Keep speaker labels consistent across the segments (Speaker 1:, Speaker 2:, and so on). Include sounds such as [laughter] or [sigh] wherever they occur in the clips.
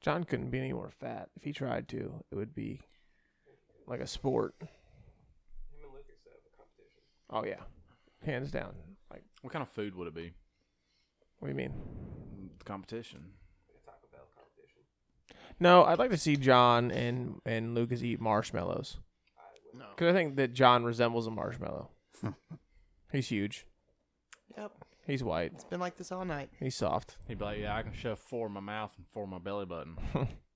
Speaker 1: John couldn't be any more fat. If he tried to, it would be like a sport.
Speaker 2: Him and Lucas have a competition.
Speaker 1: Oh yeah, hands down. Like,
Speaker 3: What kind of food would it be?
Speaker 1: what do you mean?
Speaker 3: The competition.
Speaker 2: Like a Taco Bell competition.
Speaker 1: No, I'd like to see John and and Lucas eat marshmallows
Speaker 4: No.
Speaker 1: because I think that John resembles a marshmallow. He's huge.
Speaker 4: Yep.
Speaker 1: He's white.
Speaker 4: It's been like this all night.
Speaker 1: He's soft.
Speaker 3: He'd be like, yeah, I can shove four in my mouth and four in my
Speaker 1: [laughs]
Speaker 3: belly button.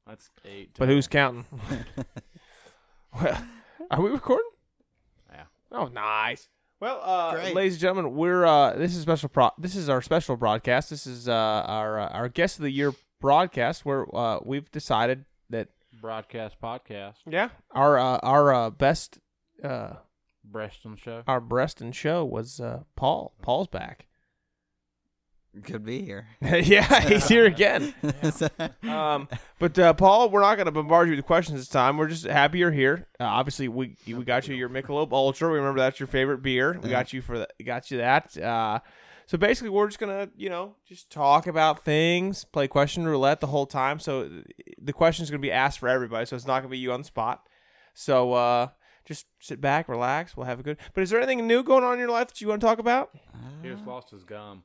Speaker 3: That's eight.
Speaker 1: But who's counting? well, are we recording?
Speaker 3: Yeah.
Speaker 1: Oh, nice. Well, uh,
Speaker 4: Great.
Speaker 1: ladies and gentlemen, we're uh, this is special pro. This is our special broadcast. This is uh, our uh, our guest of the year broadcast where uh, we've decided that
Speaker 3: broadcast podcast.
Speaker 1: yeah our uh, our uh, best uh,
Speaker 3: Breston show.
Speaker 1: our Breston show was uh, Paul. Paul's back. [laughs]
Speaker 4: Could be here.
Speaker 1: yeah, he's here again.
Speaker 4: [laughs]
Speaker 1: Um, but uh, Paul, we're not going to bombard you with questions this time. We're just happy you're here. Uh, obviously, we we got you your Michelob Ultra. We remember that's your favorite beer. We got you for the, got you that. Uh, so basically, we're just gonna you know just talk about things, play question roulette the whole time. So th- the question's gonna be asked for everybody. So it's not gonna be you on the spot. So uh, just sit back, relax. We'll have a good. But is there anything new going on in your life that you want to talk about?
Speaker 3: He just lost his gum.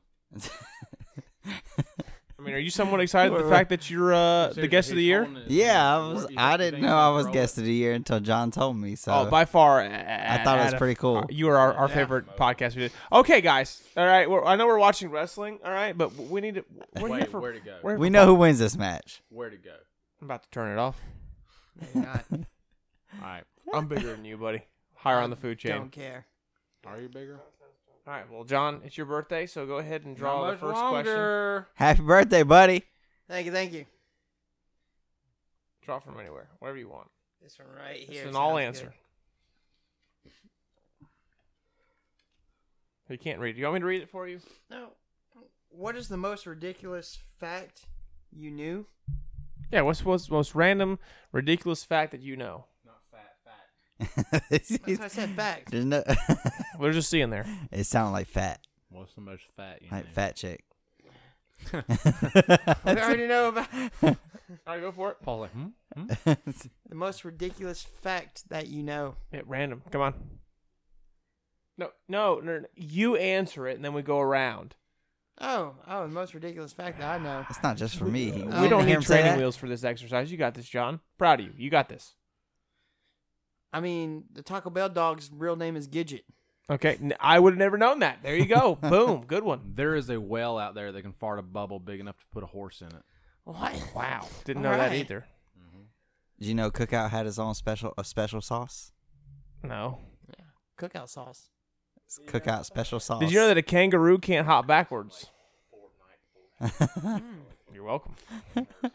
Speaker 1: I mean, are you somewhat
Speaker 4: [laughs]
Speaker 1: excited at the fact that you're uh, the guest of the year?
Speaker 4: yeah, I was. I didn't know I was guest of the year until John told me. So
Speaker 1: Oh, by far.
Speaker 4: I thought it was pretty cool.
Speaker 1: You are our, our favorite podcast we did. Okay, guys. All right. We're, I know we're watching wrestling. All right, but we need to. We're here
Speaker 3: Wait,
Speaker 1: for.
Speaker 3: where'd it go?
Speaker 1: we're here
Speaker 4: we
Speaker 1: for-
Speaker 4: know who wins this match.
Speaker 3: Where'd it go?
Speaker 1: I'm about to turn it off.
Speaker 5: [laughs]
Speaker 3: All right.
Speaker 1: I'm bigger than you, buddy. Higher on the food chain.
Speaker 4: Don't care.
Speaker 3: Are you bigger?
Speaker 1: All right. Well, John, it's your birthday, so go ahead and draw the first question.
Speaker 4: Happy
Speaker 1: [laughs]
Speaker 4: birthday, buddy.
Speaker 5: Thank you, thank you.
Speaker 1: Draw from anywhere, wherever you want.
Speaker 5: This one right here.
Speaker 1: It's an
Speaker 5: sounds
Speaker 1: all
Speaker 5: good.
Speaker 1: answer. You can't read. it. You want me to read it for you?
Speaker 5: No. What is the most ridiculous fact you knew?
Speaker 1: Yeah. What's what's the most random, ridiculous fact that you know?
Speaker 5: That's what I said.
Speaker 4: [laughs]
Speaker 5: Fact.
Speaker 4: There's no-
Speaker 1: We're just seeing there.
Speaker 4: it sounded like fat,
Speaker 3: What's the most fat you
Speaker 4: like
Speaker 3: know?
Speaker 1: [laughs]
Speaker 4: fat chick. [laughs]
Speaker 5: I already know about [laughs]
Speaker 1: Hmm? All right, go for it.
Speaker 3: Paul's like, hmm?
Speaker 5: the most ridiculous fact that you know.
Speaker 1: At random. Come on. No, no, no, no. You answer it, and then we go around.
Speaker 5: Oh, oh, the most ridiculous fact that I know.
Speaker 4: It's not just for me. You
Speaker 1: we
Speaker 4: didn't
Speaker 1: don't
Speaker 4: hear
Speaker 1: need
Speaker 4: him say
Speaker 1: training
Speaker 4: Oh, that?
Speaker 1: wheels for this exercise. You got this, John. Proud of you. You got this.
Speaker 5: I mean, the Taco Bell dog's real name is Gidget.
Speaker 1: Okay, N- I would have never known that. There you go. Boom. Good one.
Speaker 3: There is a well out there that can fart a bubble big enough to put a horse in it.
Speaker 5: What?
Speaker 1: Wow. Didn't know that
Speaker 5: Alright.
Speaker 1: either.
Speaker 4: Did you know Cookout had his own special a special sauce?
Speaker 1: No.
Speaker 5: Cookout sauce.
Speaker 4: It's Cookout special sauce.
Speaker 1: Did you know that a kangaroo can't hop backwards? You're [laughs] welcome. All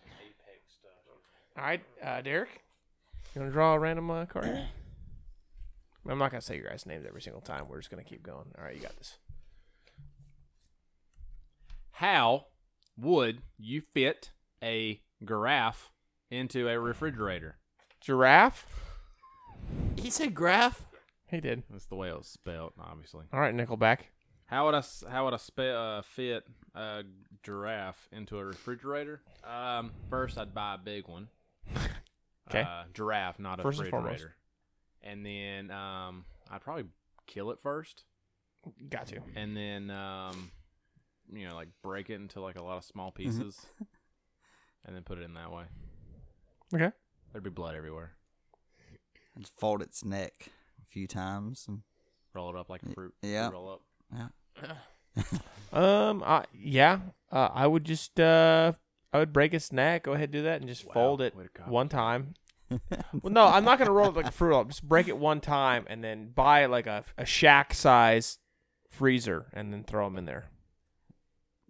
Speaker 1: right, uh, Derek, you want to draw a random uh, card? here? I'm not gonna say your guys' names every single time. We're just gonna keep going. All right, you got this.
Speaker 3: How would you fit a giraffe into a refrigerator?
Speaker 1: Giraffe.
Speaker 5: He said graph.
Speaker 1: He did.
Speaker 3: That's the way it was spelled, obviously.
Speaker 1: All right, Nickelback.
Speaker 3: How would I s- how would I spe- uh, fit a giraffe into a refrigerator? Um, first, I'd buy a
Speaker 1: [laughs]
Speaker 3: big one.
Speaker 1: 'Kay.
Speaker 3: Uh, giraffe, not a
Speaker 1: First and foremost.
Speaker 3: refrigerator. And, then um, I'd probably kill it first,
Speaker 1: Got you.
Speaker 3: and then um, you know, like break it into like a lot of small
Speaker 1: Mm-hmm.
Speaker 3: pieces, and then put it in that way.
Speaker 1: Okay.
Speaker 3: There'd be blood everywhere.
Speaker 4: Just fold its neck a few times. and-
Speaker 3: Roll it up like a fruit.
Speaker 4: yeah.
Speaker 3: Roll up.
Speaker 1: Um. I, yeah. Uh, I would just. Uh, I would break its neck. Go ahead, do that, and just
Speaker 3: Wow,
Speaker 1: fold it
Speaker 3: way to go.
Speaker 1: one time.
Speaker 4: [laughs]
Speaker 1: well, no, I'm not gonna roll it like a fruit roll. Just break it one time, and then buy like a a shack size freezer, and then throw them in there.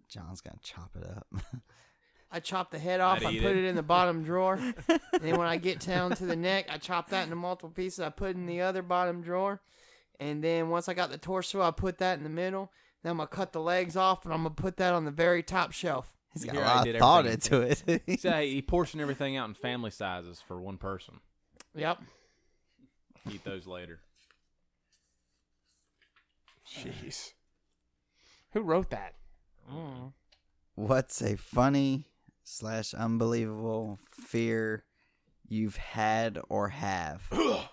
Speaker 4: John's gonna chop it up. [laughs]
Speaker 5: I chop the head off.
Speaker 3: I'd
Speaker 5: I
Speaker 3: eat
Speaker 5: put
Speaker 3: it.
Speaker 5: it. in the bottom
Speaker 3: [laughs]
Speaker 5: drawer. and then when I get down to the neck, I chop that into multiple pieces. I put it in the other bottom drawer. And then once I got the torso, I put that in the middle. Then I'm going to cut the legs off and I'm going to put that on the very top shelf.
Speaker 4: He's got
Speaker 3: Here, I
Speaker 4: a lot
Speaker 3: did
Speaker 4: of thought into
Speaker 3: everything.
Speaker 4: it. [laughs]
Speaker 3: Say he portioned everything out in family sizes for one person.
Speaker 5: Yep.
Speaker 3: Eat those later.
Speaker 1: Jeez. Who wrote that?
Speaker 4: What's a funny slash unbelievable fear you've had or have.
Speaker 3: [clears throat]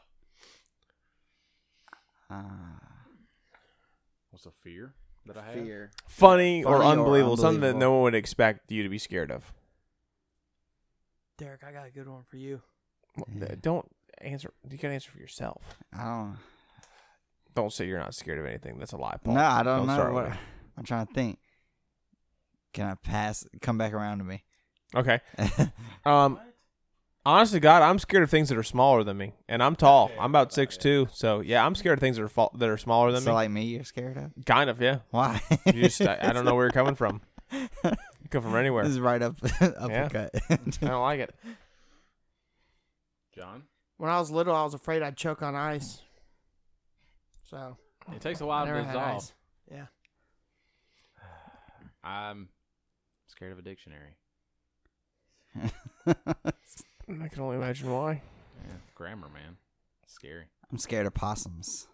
Speaker 4: Ah,
Speaker 3: What's a fear that I have?
Speaker 4: fear.
Speaker 1: Funny, or,
Speaker 4: Funny or
Speaker 1: unbelievable, something that
Speaker 4: unbelievable.
Speaker 1: no one would expect you to be scared of.
Speaker 5: Derek, I got a good one for you.
Speaker 1: Well, uh, Don't answer. You gotta answer for yourself.
Speaker 4: I don't.
Speaker 1: Don't say you're not scared of anything. That's a lie, Paul.
Speaker 4: No, I don't know
Speaker 1: start
Speaker 4: what.
Speaker 1: with it.
Speaker 4: I'm trying to think. Can I pass? Come back around to me.
Speaker 1: Okay. Um, honestly, God, I'm scared of things that are smaller than me, and I'm tall. I'm about six two, so yeah, I'm scared of things that are fa- that are smaller than
Speaker 4: [laughs] so
Speaker 1: me.
Speaker 4: like me, you're scared of? [laughs]
Speaker 1: kind of, yeah.
Speaker 4: Why?
Speaker 1: You just, I, I don't know where you're coming from. You come from anywhere.
Speaker 4: [laughs] This is right up [laughs] uppercut. [laughs]
Speaker 1: I don't like it.
Speaker 3: John.
Speaker 5: When I was little, I was afraid I'd choke on ice. So
Speaker 3: It takes a
Speaker 5: I
Speaker 3: while
Speaker 5: never
Speaker 3: to
Speaker 5: had
Speaker 3: dissolve.
Speaker 5: ice. Yeah.
Speaker 3: I'm scared of a dictionary. Uh,
Speaker 1: I can only imagine why.
Speaker 3: Yeah, grammar, man. Scary.
Speaker 4: I'm scared of possums.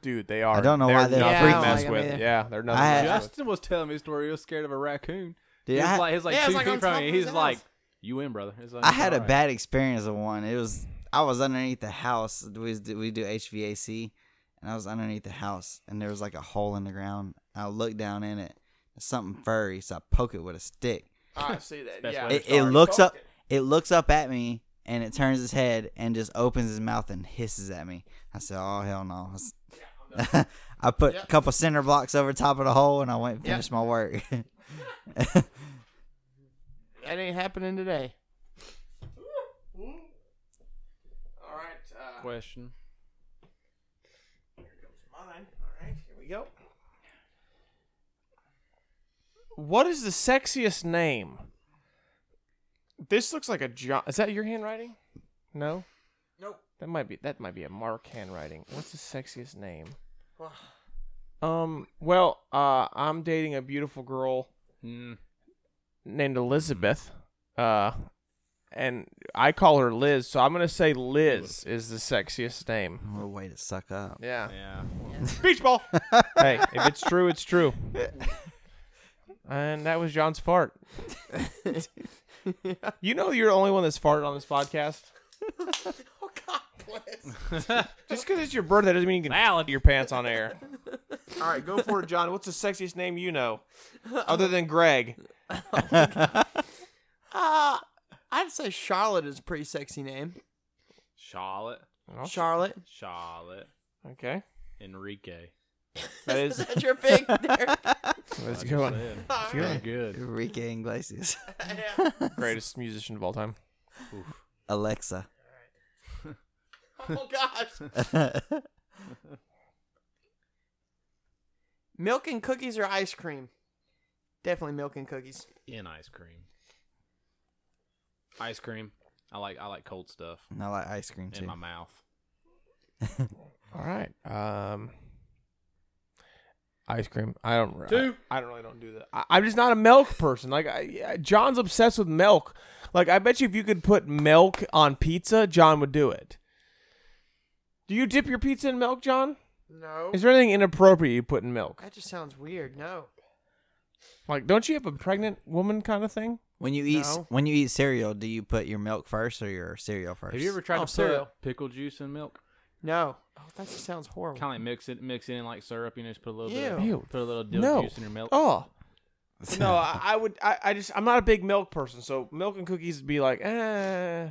Speaker 1: Dude, they are.
Speaker 4: I don't know
Speaker 1: they're
Speaker 4: why they're
Speaker 1: nothing to
Speaker 5: freaking-
Speaker 1: mess
Speaker 5: Yeah, I
Speaker 1: with.
Speaker 5: mean, they-
Speaker 1: yeah, they're nothing.
Speaker 4: I
Speaker 1: to
Speaker 4: had-
Speaker 1: mess with.
Speaker 3: Justin was telling me a story. He was scared of a raccoon.
Speaker 4: Dude,
Speaker 3: he
Speaker 4: I,
Speaker 3: was like, he was like
Speaker 5: Yeah,
Speaker 3: two
Speaker 5: it was like
Speaker 3: feet
Speaker 5: on
Speaker 3: from
Speaker 5: top
Speaker 3: me.
Speaker 5: of
Speaker 3: He's
Speaker 5: his
Speaker 3: like,
Speaker 5: house.
Speaker 3: "You in, brother?" He's like,
Speaker 4: I had a
Speaker 3: "Alright."
Speaker 4: bad experience of one. It was I was underneath the house. We was- we do HVAC, and I was underneath the house, and there was like a hole in the ground. I looked down in it, something furry. So I poke it with a stick.
Speaker 1: [laughs] I see that.
Speaker 3: Best yeah. way
Speaker 4: It, it looks up. It looks up at me, and it turns its head and just opens its mouth and hisses at me. I said, "Oh hell no!" I was- [laughs] I put a couple center blocks over top of the hole, and I went and
Speaker 5: Yeah.
Speaker 4: finished my work. [laughs]
Speaker 5: That ain't happening today.
Speaker 1: All right. Uh,
Speaker 3: question.
Speaker 1: Mine. All right, here we go. What is the sexiest name? This looks like a John. Is that your handwriting? No.
Speaker 5: Nope.
Speaker 1: That might be that might be a Mark handwriting. What's the sexiest name? Um. Well, uh, I'm dating a beautiful girl
Speaker 3: Mm,
Speaker 1: named Elizabeth. Uh, and I call her Liz, so I'm gonna say Liz is the sexiest name.
Speaker 4: what a way to
Speaker 1: [laughs]
Speaker 4: suck up.
Speaker 1: Yeah.
Speaker 3: yeah.
Speaker 1: Beach ball. [laughs] hey, if it's true, it's true. And that was John's [laughs] fart. You know you're the only one that's farted on this podcast.
Speaker 5: [laughs] Oh God bless.
Speaker 1: Just because it's your birthday doesn't mean you can out your pants on air. [laughs] All right, go for it, John. What's the sexiest name you [laughs] know, other than Greg?
Speaker 5: Uh, I'd say Charlotte is a pretty sexy name.
Speaker 3: Charlotte.
Speaker 5: Charlotte.
Speaker 3: Charlotte.
Speaker 1: Okay,
Speaker 3: Enrique.
Speaker 1: that is
Speaker 5: [laughs] That's your pick there.
Speaker 3: [laughs]
Speaker 1: that's a
Speaker 3: I
Speaker 1: good one.
Speaker 3: said.
Speaker 5: All
Speaker 3: You're
Speaker 5: right.
Speaker 3: good.
Speaker 4: Enrique Iglesias, [laughs]
Speaker 1: Greatest musician of all time.
Speaker 4: Alexa.
Speaker 5: Oh
Speaker 4: [laughs]
Speaker 5: gosh. Milk and cookies or ice cream? Definitely milk and cookies.
Speaker 3: In ice cream. Ice cream. I like I like cold stuff
Speaker 4: And I like ice cream
Speaker 3: in
Speaker 4: too.
Speaker 3: my mouth.
Speaker 1: All right. Um, ice cream. I don't. I-
Speaker 3: Two.
Speaker 1: I, don't really don't do that. I, I'm just not a milk person. Like I, yeah, John's obsessed with milk. Like I bet you if you could put milk on pizza, John would do it. Do you dip your pizza in milk, John?
Speaker 5: No.
Speaker 1: Is there anything inappropriate you put in milk?
Speaker 5: That just sounds weird. No.
Speaker 1: Like, don't you have a pregnant woman kind of thing?
Speaker 4: When you eat
Speaker 5: No.
Speaker 4: when you eat cereal, do you put your milk first or your cereal first?
Speaker 3: Have you ever tried
Speaker 5: Oh,
Speaker 3: to
Speaker 5: cereal.
Speaker 3: put pickle juice in milk?
Speaker 5: No. Oh, that just sounds horrible.
Speaker 3: Kind of like mix it, mix it in like syrup. You know, just put a little bit,
Speaker 1: Ew.
Speaker 3: of, put a little dill
Speaker 1: No.
Speaker 3: juice in your milk.
Speaker 1: Oh.
Speaker 4: [laughs]
Speaker 1: no, I, I would. I, I just. I'm not a big milk person, so milk and cookies would be like, eh.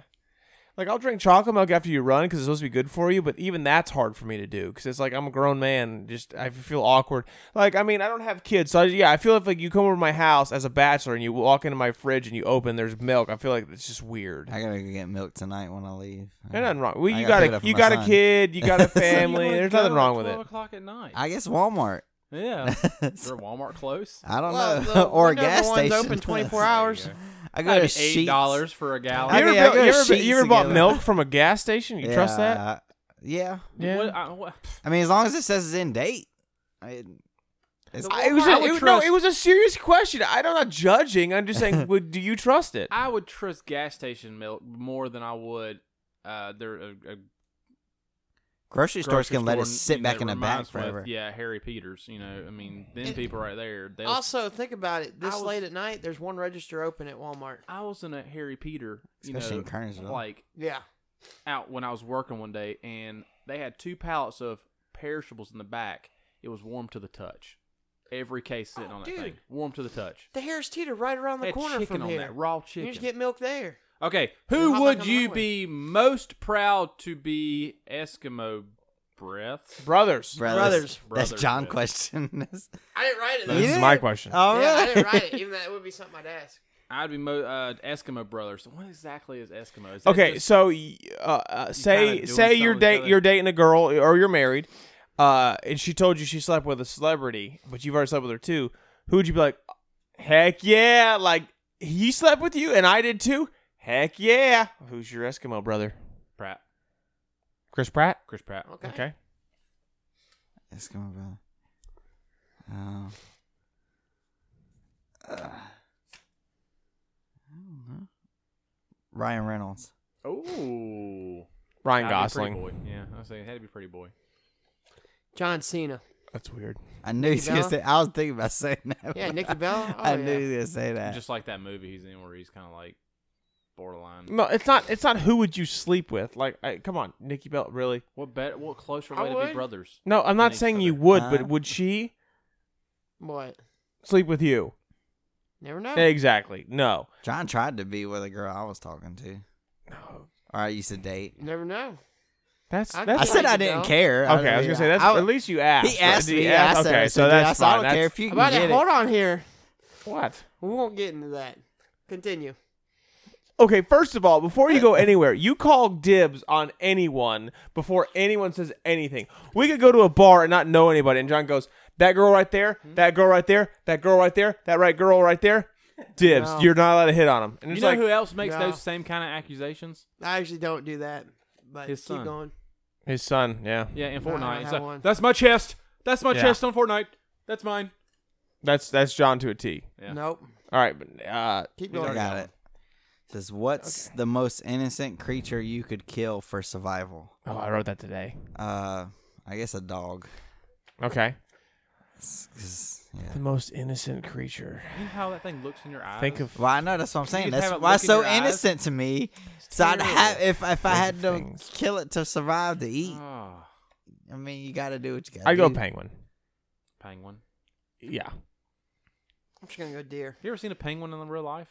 Speaker 1: Like I'll drink chocolate milk after you run because it's supposed to be good for you, but even that's hard for me to do because it's like I'm a grown man. Just I feel awkward. Like I mean, I don't have kids, so I, yeah, I feel if like you come over to my house as a bachelor and you walk into my fridge and you open there's milk. I feel like it's just weird.
Speaker 4: I gotta go get milk tonight when I leave.
Speaker 1: There's nothing wrong. Well,
Speaker 4: Mm-hmm. I
Speaker 1: you
Speaker 4: gotta
Speaker 1: got
Speaker 4: pick it
Speaker 1: a
Speaker 4: up for
Speaker 1: you
Speaker 4: my
Speaker 1: got a
Speaker 4: son.
Speaker 1: kid, you got
Speaker 4: [laughs]
Speaker 1: a
Speaker 3: You wanna
Speaker 1: family. there's
Speaker 3: go
Speaker 1: nothing
Speaker 3: at
Speaker 1: wrong with
Speaker 3: 12
Speaker 1: it.
Speaker 3: o'clock at night.
Speaker 4: I guess Walmart. [laughs]
Speaker 3: yeah. Is there a Walmart close?
Speaker 4: I don't
Speaker 5: Well,
Speaker 4: know.
Speaker 5: the
Speaker 4: [laughs] or a
Speaker 5: window
Speaker 4: gas
Speaker 5: one's
Speaker 4: station. [laughs]
Speaker 5: open 24 hours.
Speaker 4: I go
Speaker 3: That'd
Speaker 4: to
Speaker 3: be eight
Speaker 4: Sheetz.
Speaker 3: dollars for a
Speaker 1: You
Speaker 4: I
Speaker 3: gallon.
Speaker 1: ever,
Speaker 4: mean,
Speaker 1: built-
Speaker 4: go to
Speaker 1: you ever, you
Speaker 4: Sheetz
Speaker 1: ever
Speaker 4: to
Speaker 1: bought
Speaker 4: get it.
Speaker 1: milk from a gas station? You trust
Speaker 4: Yeah,
Speaker 1: that?
Speaker 4: I- yeah.
Speaker 1: Yeah.
Speaker 3: What, I, what,
Speaker 4: I mean, as long as it says it's in date. I, it's,
Speaker 1: I- it was, a,
Speaker 3: would
Speaker 1: it was- no,
Speaker 3: trust-
Speaker 1: it was a serious question. I don't not judging. I'm just [laughs] saying, would do you trust it?
Speaker 3: I would trust gas station milk more than I would uh, there a, a
Speaker 4: Grocery stores
Speaker 3: uh, grocery
Speaker 4: can let
Speaker 3: store,
Speaker 4: us sit
Speaker 3: you
Speaker 4: back
Speaker 3: know,
Speaker 4: in the back
Speaker 3: reminds me of,
Speaker 4: forever.
Speaker 3: Yeah, Harry Peters. You know, I mean, them
Speaker 5: And-
Speaker 3: people right there. They'll,
Speaker 5: [laughs] Also, think about it. This
Speaker 3: I was-
Speaker 5: late at night, there's one register open at Walmart.
Speaker 3: I was in a Harry Peter. You know,
Speaker 4: Especially in Kernersville.
Speaker 3: like
Speaker 5: Yeah.
Speaker 3: out when I was working one day, and they had two pallets of perishables in the back. It was warm to the touch. Every case sitting
Speaker 5: Oh,
Speaker 3: on that
Speaker 5: dude.
Speaker 3: thing, warm to the touch.
Speaker 5: The Harris Teeter right around the
Speaker 3: Had
Speaker 5: corner
Speaker 3: chicken
Speaker 5: from
Speaker 3: on
Speaker 5: here.
Speaker 3: that, raw
Speaker 5: You
Speaker 3: chicken.
Speaker 5: just get milk there.
Speaker 3: okay,
Speaker 5: Well,
Speaker 3: who
Speaker 5: how's that
Speaker 3: would
Speaker 5: coming
Speaker 3: you
Speaker 5: my way?
Speaker 3: be most proud to be Eskimo breath?
Speaker 1: Brothers.
Speaker 5: Brothers.
Speaker 4: That's
Speaker 3: Brothers,
Speaker 4: John
Speaker 3: yeah.
Speaker 4: question. [laughs] Oh,
Speaker 5: I didn't write it.
Speaker 1: This is my question.
Speaker 3: Uh,
Speaker 5: [laughs]
Speaker 4: All
Speaker 5: Yeah, I
Speaker 4: right.
Speaker 5: didn't write it. Even that would be something I'd ask.
Speaker 3: I'd be mo- uh, Eskimo brothers. What exactly is Eskimo? Is that
Speaker 1: Okay,
Speaker 3: just-
Speaker 1: so y- uh, uh,
Speaker 3: kinda
Speaker 1: say
Speaker 3: doing
Speaker 1: say you're
Speaker 3: something with each
Speaker 1: date
Speaker 3: other.
Speaker 1: you're dating a girl or you're married, uh, and she told you she slept with a celebrity, but you've already slept with her too. Who would you be like? Heck yeah! Like he slept with you and I did too. Heck yeah! Who's your Eskimo brother?
Speaker 3: Pratt,
Speaker 1: Chris Pratt.
Speaker 3: Chris Pratt.
Speaker 5: Okay.
Speaker 1: Okay.
Speaker 4: Eskimo brother. Oh. Ugh. I uh, don't know. Ryan Reynolds.
Speaker 3: Oh,
Speaker 1: Ryan Gosling.
Speaker 3: Yeah, I was saying it had to be pretty boy.
Speaker 5: John Cena.
Speaker 1: That's weird.
Speaker 4: I knew he was gonna
Speaker 5: Bella?
Speaker 4: say. I was thinking about saying that.
Speaker 5: Yeah,
Speaker 4: [laughs]
Speaker 5: Nikki Bella? Oh,
Speaker 4: I
Speaker 5: yeah.
Speaker 4: knew he was gonna say that.
Speaker 3: Just like that movie he's in where he's kind of like borderline.
Speaker 1: No, it's not. It's not. Who would you sleep with? Like, I, come on, Nikki Bell. Really?
Speaker 3: What better? What closer
Speaker 5: I
Speaker 3: way to
Speaker 5: would.
Speaker 3: be brothers?
Speaker 1: No, I'm not
Speaker 3: Than each
Speaker 1: saying you
Speaker 3: other.
Speaker 1: would,
Speaker 4: Huh?
Speaker 1: but would she
Speaker 5: What?
Speaker 1: sleep with you?
Speaker 5: Never know.
Speaker 1: Exactly. No.
Speaker 4: John tried to be with a girl I was talking to,
Speaker 1: No.
Speaker 4: or I used to date.
Speaker 5: Never know.
Speaker 1: That's
Speaker 5: I-
Speaker 1: that's
Speaker 4: I said I
Speaker 5: Nikki
Speaker 4: didn't
Speaker 5: Bella.
Speaker 4: care.
Speaker 1: Okay, I was gonna say that's
Speaker 4: I-
Speaker 1: at least you asked.
Speaker 4: He asked
Speaker 1: Did
Speaker 4: me.
Speaker 1: he
Speaker 4: Yeah,
Speaker 1: ask?
Speaker 4: I said, I
Speaker 1: okay,
Speaker 4: said,
Speaker 1: so
Speaker 4: dude, I
Speaker 1: that's
Speaker 4: said, I
Speaker 1: fine.
Speaker 4: don't
Speaker 1: That's-
Speaker 4: care if you
Speaker 5: How about
Speaker 4: can
Speaker 5: that?
Speaker 4: get
Speaker 5: Hold
Speaker 4: it.
Speaker 5: on here.
Speaker 1: What?
Speaker 5: We won't get into that. Continue.
Speaker 1: Okay, first of all, before you
Speaker 4: [laughs]
Speaker 1: go anywhere, you call dibs on anyone before anyone says anything. We could go to a bar and not know anybody, and John goes, "That girl right there,
Speaker 4: Hmm?
Speaker 1: that girl right there, that girl right there, that right girl right there." Dibs.
Speaker 5: No.
Speaker 1: You're not allowed to hit on them. And
Speaker 3: You
Speaker 1: it's
Speaker 3: know
Speaker 1: like
Speaker 3: who else makes
Speaker 5: No.
Speaker 3: those same kind of accusations?
Speaker 5: I actually don't do that. But
Speaker 3: His
Speaker 5: keep
Speaker 3: son.
Speaker 5: going.
Speaker 1: his son. Yeah,
Speaker 3: Yeah, in
Speaker 5: No, I don't
Speaker 3: Fortnite. It's
Speaker 5: have
Speaker 3: like,
Speaker 5: one.
Speaker 3: That's my chest. That's my
Speaker 1: Yeah.
Speaker 3: chest on Fortnite. That's mine.
Speaker 1: that's that's John to a T.
Speaker 3: Yeah.
Speaker 5: Nope.
Speaker 1: All right, but uh,
Speaker 5: Keep
Speaker 4: I
Speaker 5: going.
Speaker 4: got it. Says what's the most innocent creature you could kill for survival?
Speaker 1: oh, I wrote that today.
Speaker 4: Uh, I guess a dog.
Speaker 1: Okay,
Speaker 4: 'Cause, yeah.
Speaker 1: the most innocent creature.
Speaker 3: You know how that thing looks in your eyes.
Speaker 1: Think of
Speaker 4: Well, I know that's what I'm
Speaker 3: just
Speaker 4: saying. That's
Speaker 3: have it
Speaker 4: why
Speaker 3: look
Speaker 4: it's
Speaker 3: in
Speaker 4: so
Speaker 3: your eyes.
Speaker 4: innocent to me. So I'd
Speaker 3: terrible.
Speaker 4: have if if I had to
Speaker 1: things.
Speaker 4: kill it to survive to eat.
Speaker 3: Ah,
Speaker 4: I mean, you got to do what you got.
Speaker 1: I
Speaker 4: to
Speaker 1: go
Speaker 4: do.
Speaker 1: penguin.
Speaker 3: penguin.
Speaker 1: Yeah.
Speaker 5: I'm just going to go deer.
Speaker 3: You ever seen a penguin in real life?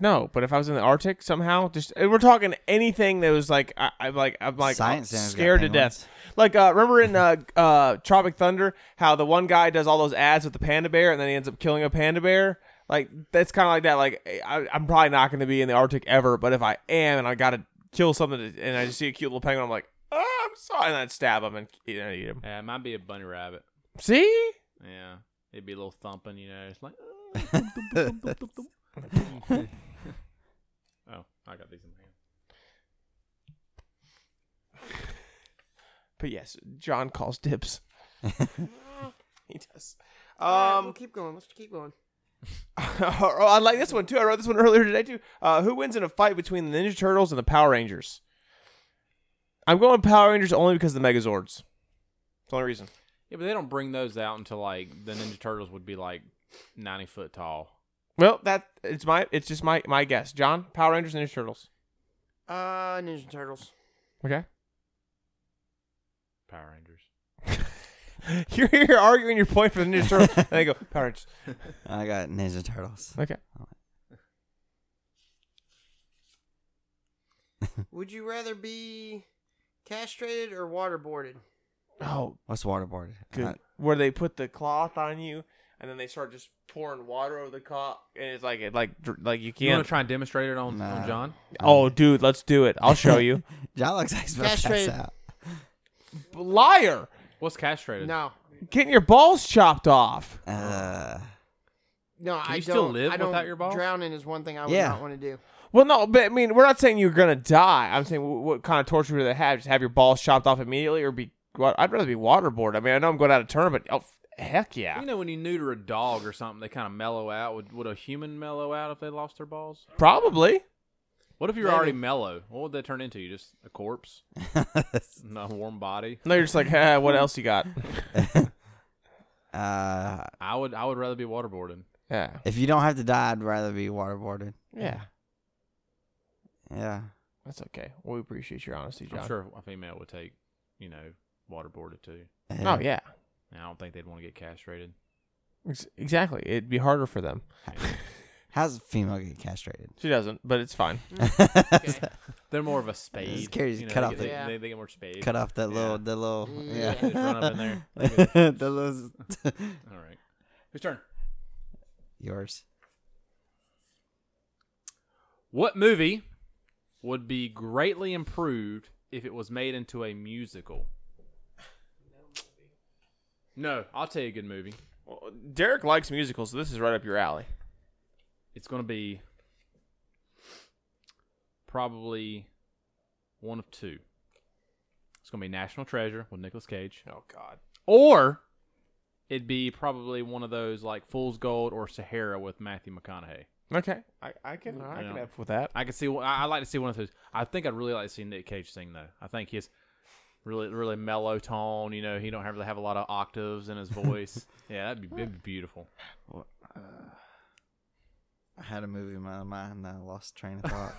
Speaker 1: No, but if I was in the Arctic somehow, just we're talking anything that was like I, I'm like I'm like uh,
Speaker 4: Science Center's got
Speaker 1: scared to death. Like uh, remember in uh, uh, Tropic Thunder, how the one guy does all those ads with the panda bear, and then he ends up killing a panda bear. Like that's kind of like that. Like eh, I, I'm probably not going to be in the Arctic ever, but if I am and I got to kill something, to- and I just see a cute little penguin, I'm like, oh, I'm sorry, and I'd stab him and you know, eat him.
Speaker 3: Yeah, it might be a bunny rabbit.
Speaker 1: See,
Speaker 3: Yeah, it'd be a little thumping. You know, it's like. oh, I got these in my hand.
Speaker 1: but yes, John calls dibs. he does.
Speaker 5: All right,
Speaker 1: Um,
Speaker 5: well, keep going. Let's keep going.
Speaker 1: oh, [laughs] I like this one too. I wrote this one earlier today too. Uh, who wins in a fight between the Ninja Turtles and the Power Rangers? I'm going Power Rangers only because of the Megazords. It's the only reason.
Speaker 3: Yeah, but they don't bring those out until like the Ninja Turtles would be like ninety foot tall.
Speaker 1: Well, that it's my it's just my my guess. John, Power Rangers, Ninja Turtles.
Speaker 5: Uh, Ninja
Speaker 4: [laughs]
Speaker 5: Turtles.
Speaker 1: Okay. [laughs]
Speaker 3: Power Rangers.
Speaker 1: You're here arguing your point for the Ninja Turtles, and [laughs] they go Power Rangers.
Speaker 4: [laughs] I got Ninja Turtles.
Speaker 1: Okay.
Speaker 5: Would you rather be castrated or waterboarded?
Speaker 1: Oh,
Speaker 4: What's waterboarded?
Speaker 1: good.
Speaker 4: Uh,
Speaker 1: Where they put the cloth on you, and then they start just pouring water over the cloth, and it's like it like dr- like you
Speaker 3: You want
Speaker 1: can't.
Speaker 3: to try and demonstrate it on,
Speaker 4: Nah.
Speaker 3: on John?
Speaker 1: oh, dude, let's do it. I'll show you.
Speaker 4: John looks like he's about to pass
Speaker 5: Castrated.
Speaker 4: out.
Speaker 1: [laughs] Liar.
Speaker 3: What's castrated?
Speaker 5: No.
Speaker 1: getting your balls chopped off.
Speaker 4: Uh,
Speaker 5: No, I
Speaker 3: you
Speaker 5: don't.
Speaker 3: still live
Speaker 5: I don't,
Speaker 3: without your balls?
Speaker 5: Drowning is one thing I would
Speaker 4: Yeah.
Speaker 5: not want to do.
Speaker 1: Well, no, but I mean, we're not saying you're gonna die. I'm saying wh- what kind of torture would they have? Just have your balls chopped off immediately, or be? Well, I'd rather be waterboard. I mean, I know I'm going out of turn, but oh, f- heck yeah,
Speaker 3: You know when you neuter a dog or something, they kind of mellow out. Would, would a human mellow out if they lost their balls?
Speaker 1: [laughs] probably.
Speaker 3: What if you're
Speaker 5: Maybe.
Speaker 3: already mellow? What would that turn into? You just a corpse, [laughs] not a warm body.
Speaker 1: No, you're just like, ah, what else you [laughs] got?
Speaker 4: [laughs] uh,
Speaker 3: I would I would rather be waterboarded.
Speaker 1: Yeah.
Speaker 4: if you don't have to die, I'd rather be waterboarded.
Speaker 1: Yeah.
Speaker 4: Yeah.
Speaker 1: That's okay. Well, we appreciate your honesty, John.
Speaker 3: I'm sure a female would take, you know, waterboarded too.
Speaker 1: Oh, yeah.
Speaker 3: And I don't think they'd want to get castrated.
Speaker 1: Ex- exactly. It'd be harder for them.
Speaker 4: [laughs] How's a female get castrated?
Speaker 1: She doesn't, but it's fine.
Speaker 3: They're more of a spade.
Speaker 4: carries-
Speaker 3: you know,
Speaker 4: cut
Speaker 3: they
Speaker 4: off
Speaker 3: get-
Speaker 4: the-
Speaker 3: they,
Speaker 5: Yeah.
Speaker 3: they, they get more spade.
Speaker 4: [laughs] Cut off that little,
Speaker 3: Yeah.
Speaker 4: the little, yeah.
Speaker 5: Yeah.
Speaker 3: Just run up in there.
Speaker 4: [laughs]
Speaker 3: [laughs]
Speaker 4: the little,
Speaker 3: All right, whose turn?
Speaker 4: [laughs] yours.
Speaker 3: What movie would be greatly improved if it was made into a musical? No, I'll tell you a good movie.
Speaker 1: Well, Derek likes musicals, so this is right up your alley.
Speaker 3: It's going to be probably one of two. It's going to be National Treasure with Nicolas Cage,
Speaker 1: Oh, God.
Speaker 3: or it'd be probably one of those like Fool's Gold or Sahara with Matthew McConaughey.
Speaker 1: Okay. I, I can I
Speaker 3: Yeah.
Speaker 1: can have with that.
Speaker 3: I could see. I, I like to see one of those. I think I'd really like to see Nick Cage sing though. I think his really really mellow tone. You know, he don't have really have a lot of octaves in his voice. yeah, that'd be, that'd be beautiful.
Speaker 4: I had a movie in my mind and I lost train [laughs] of thought.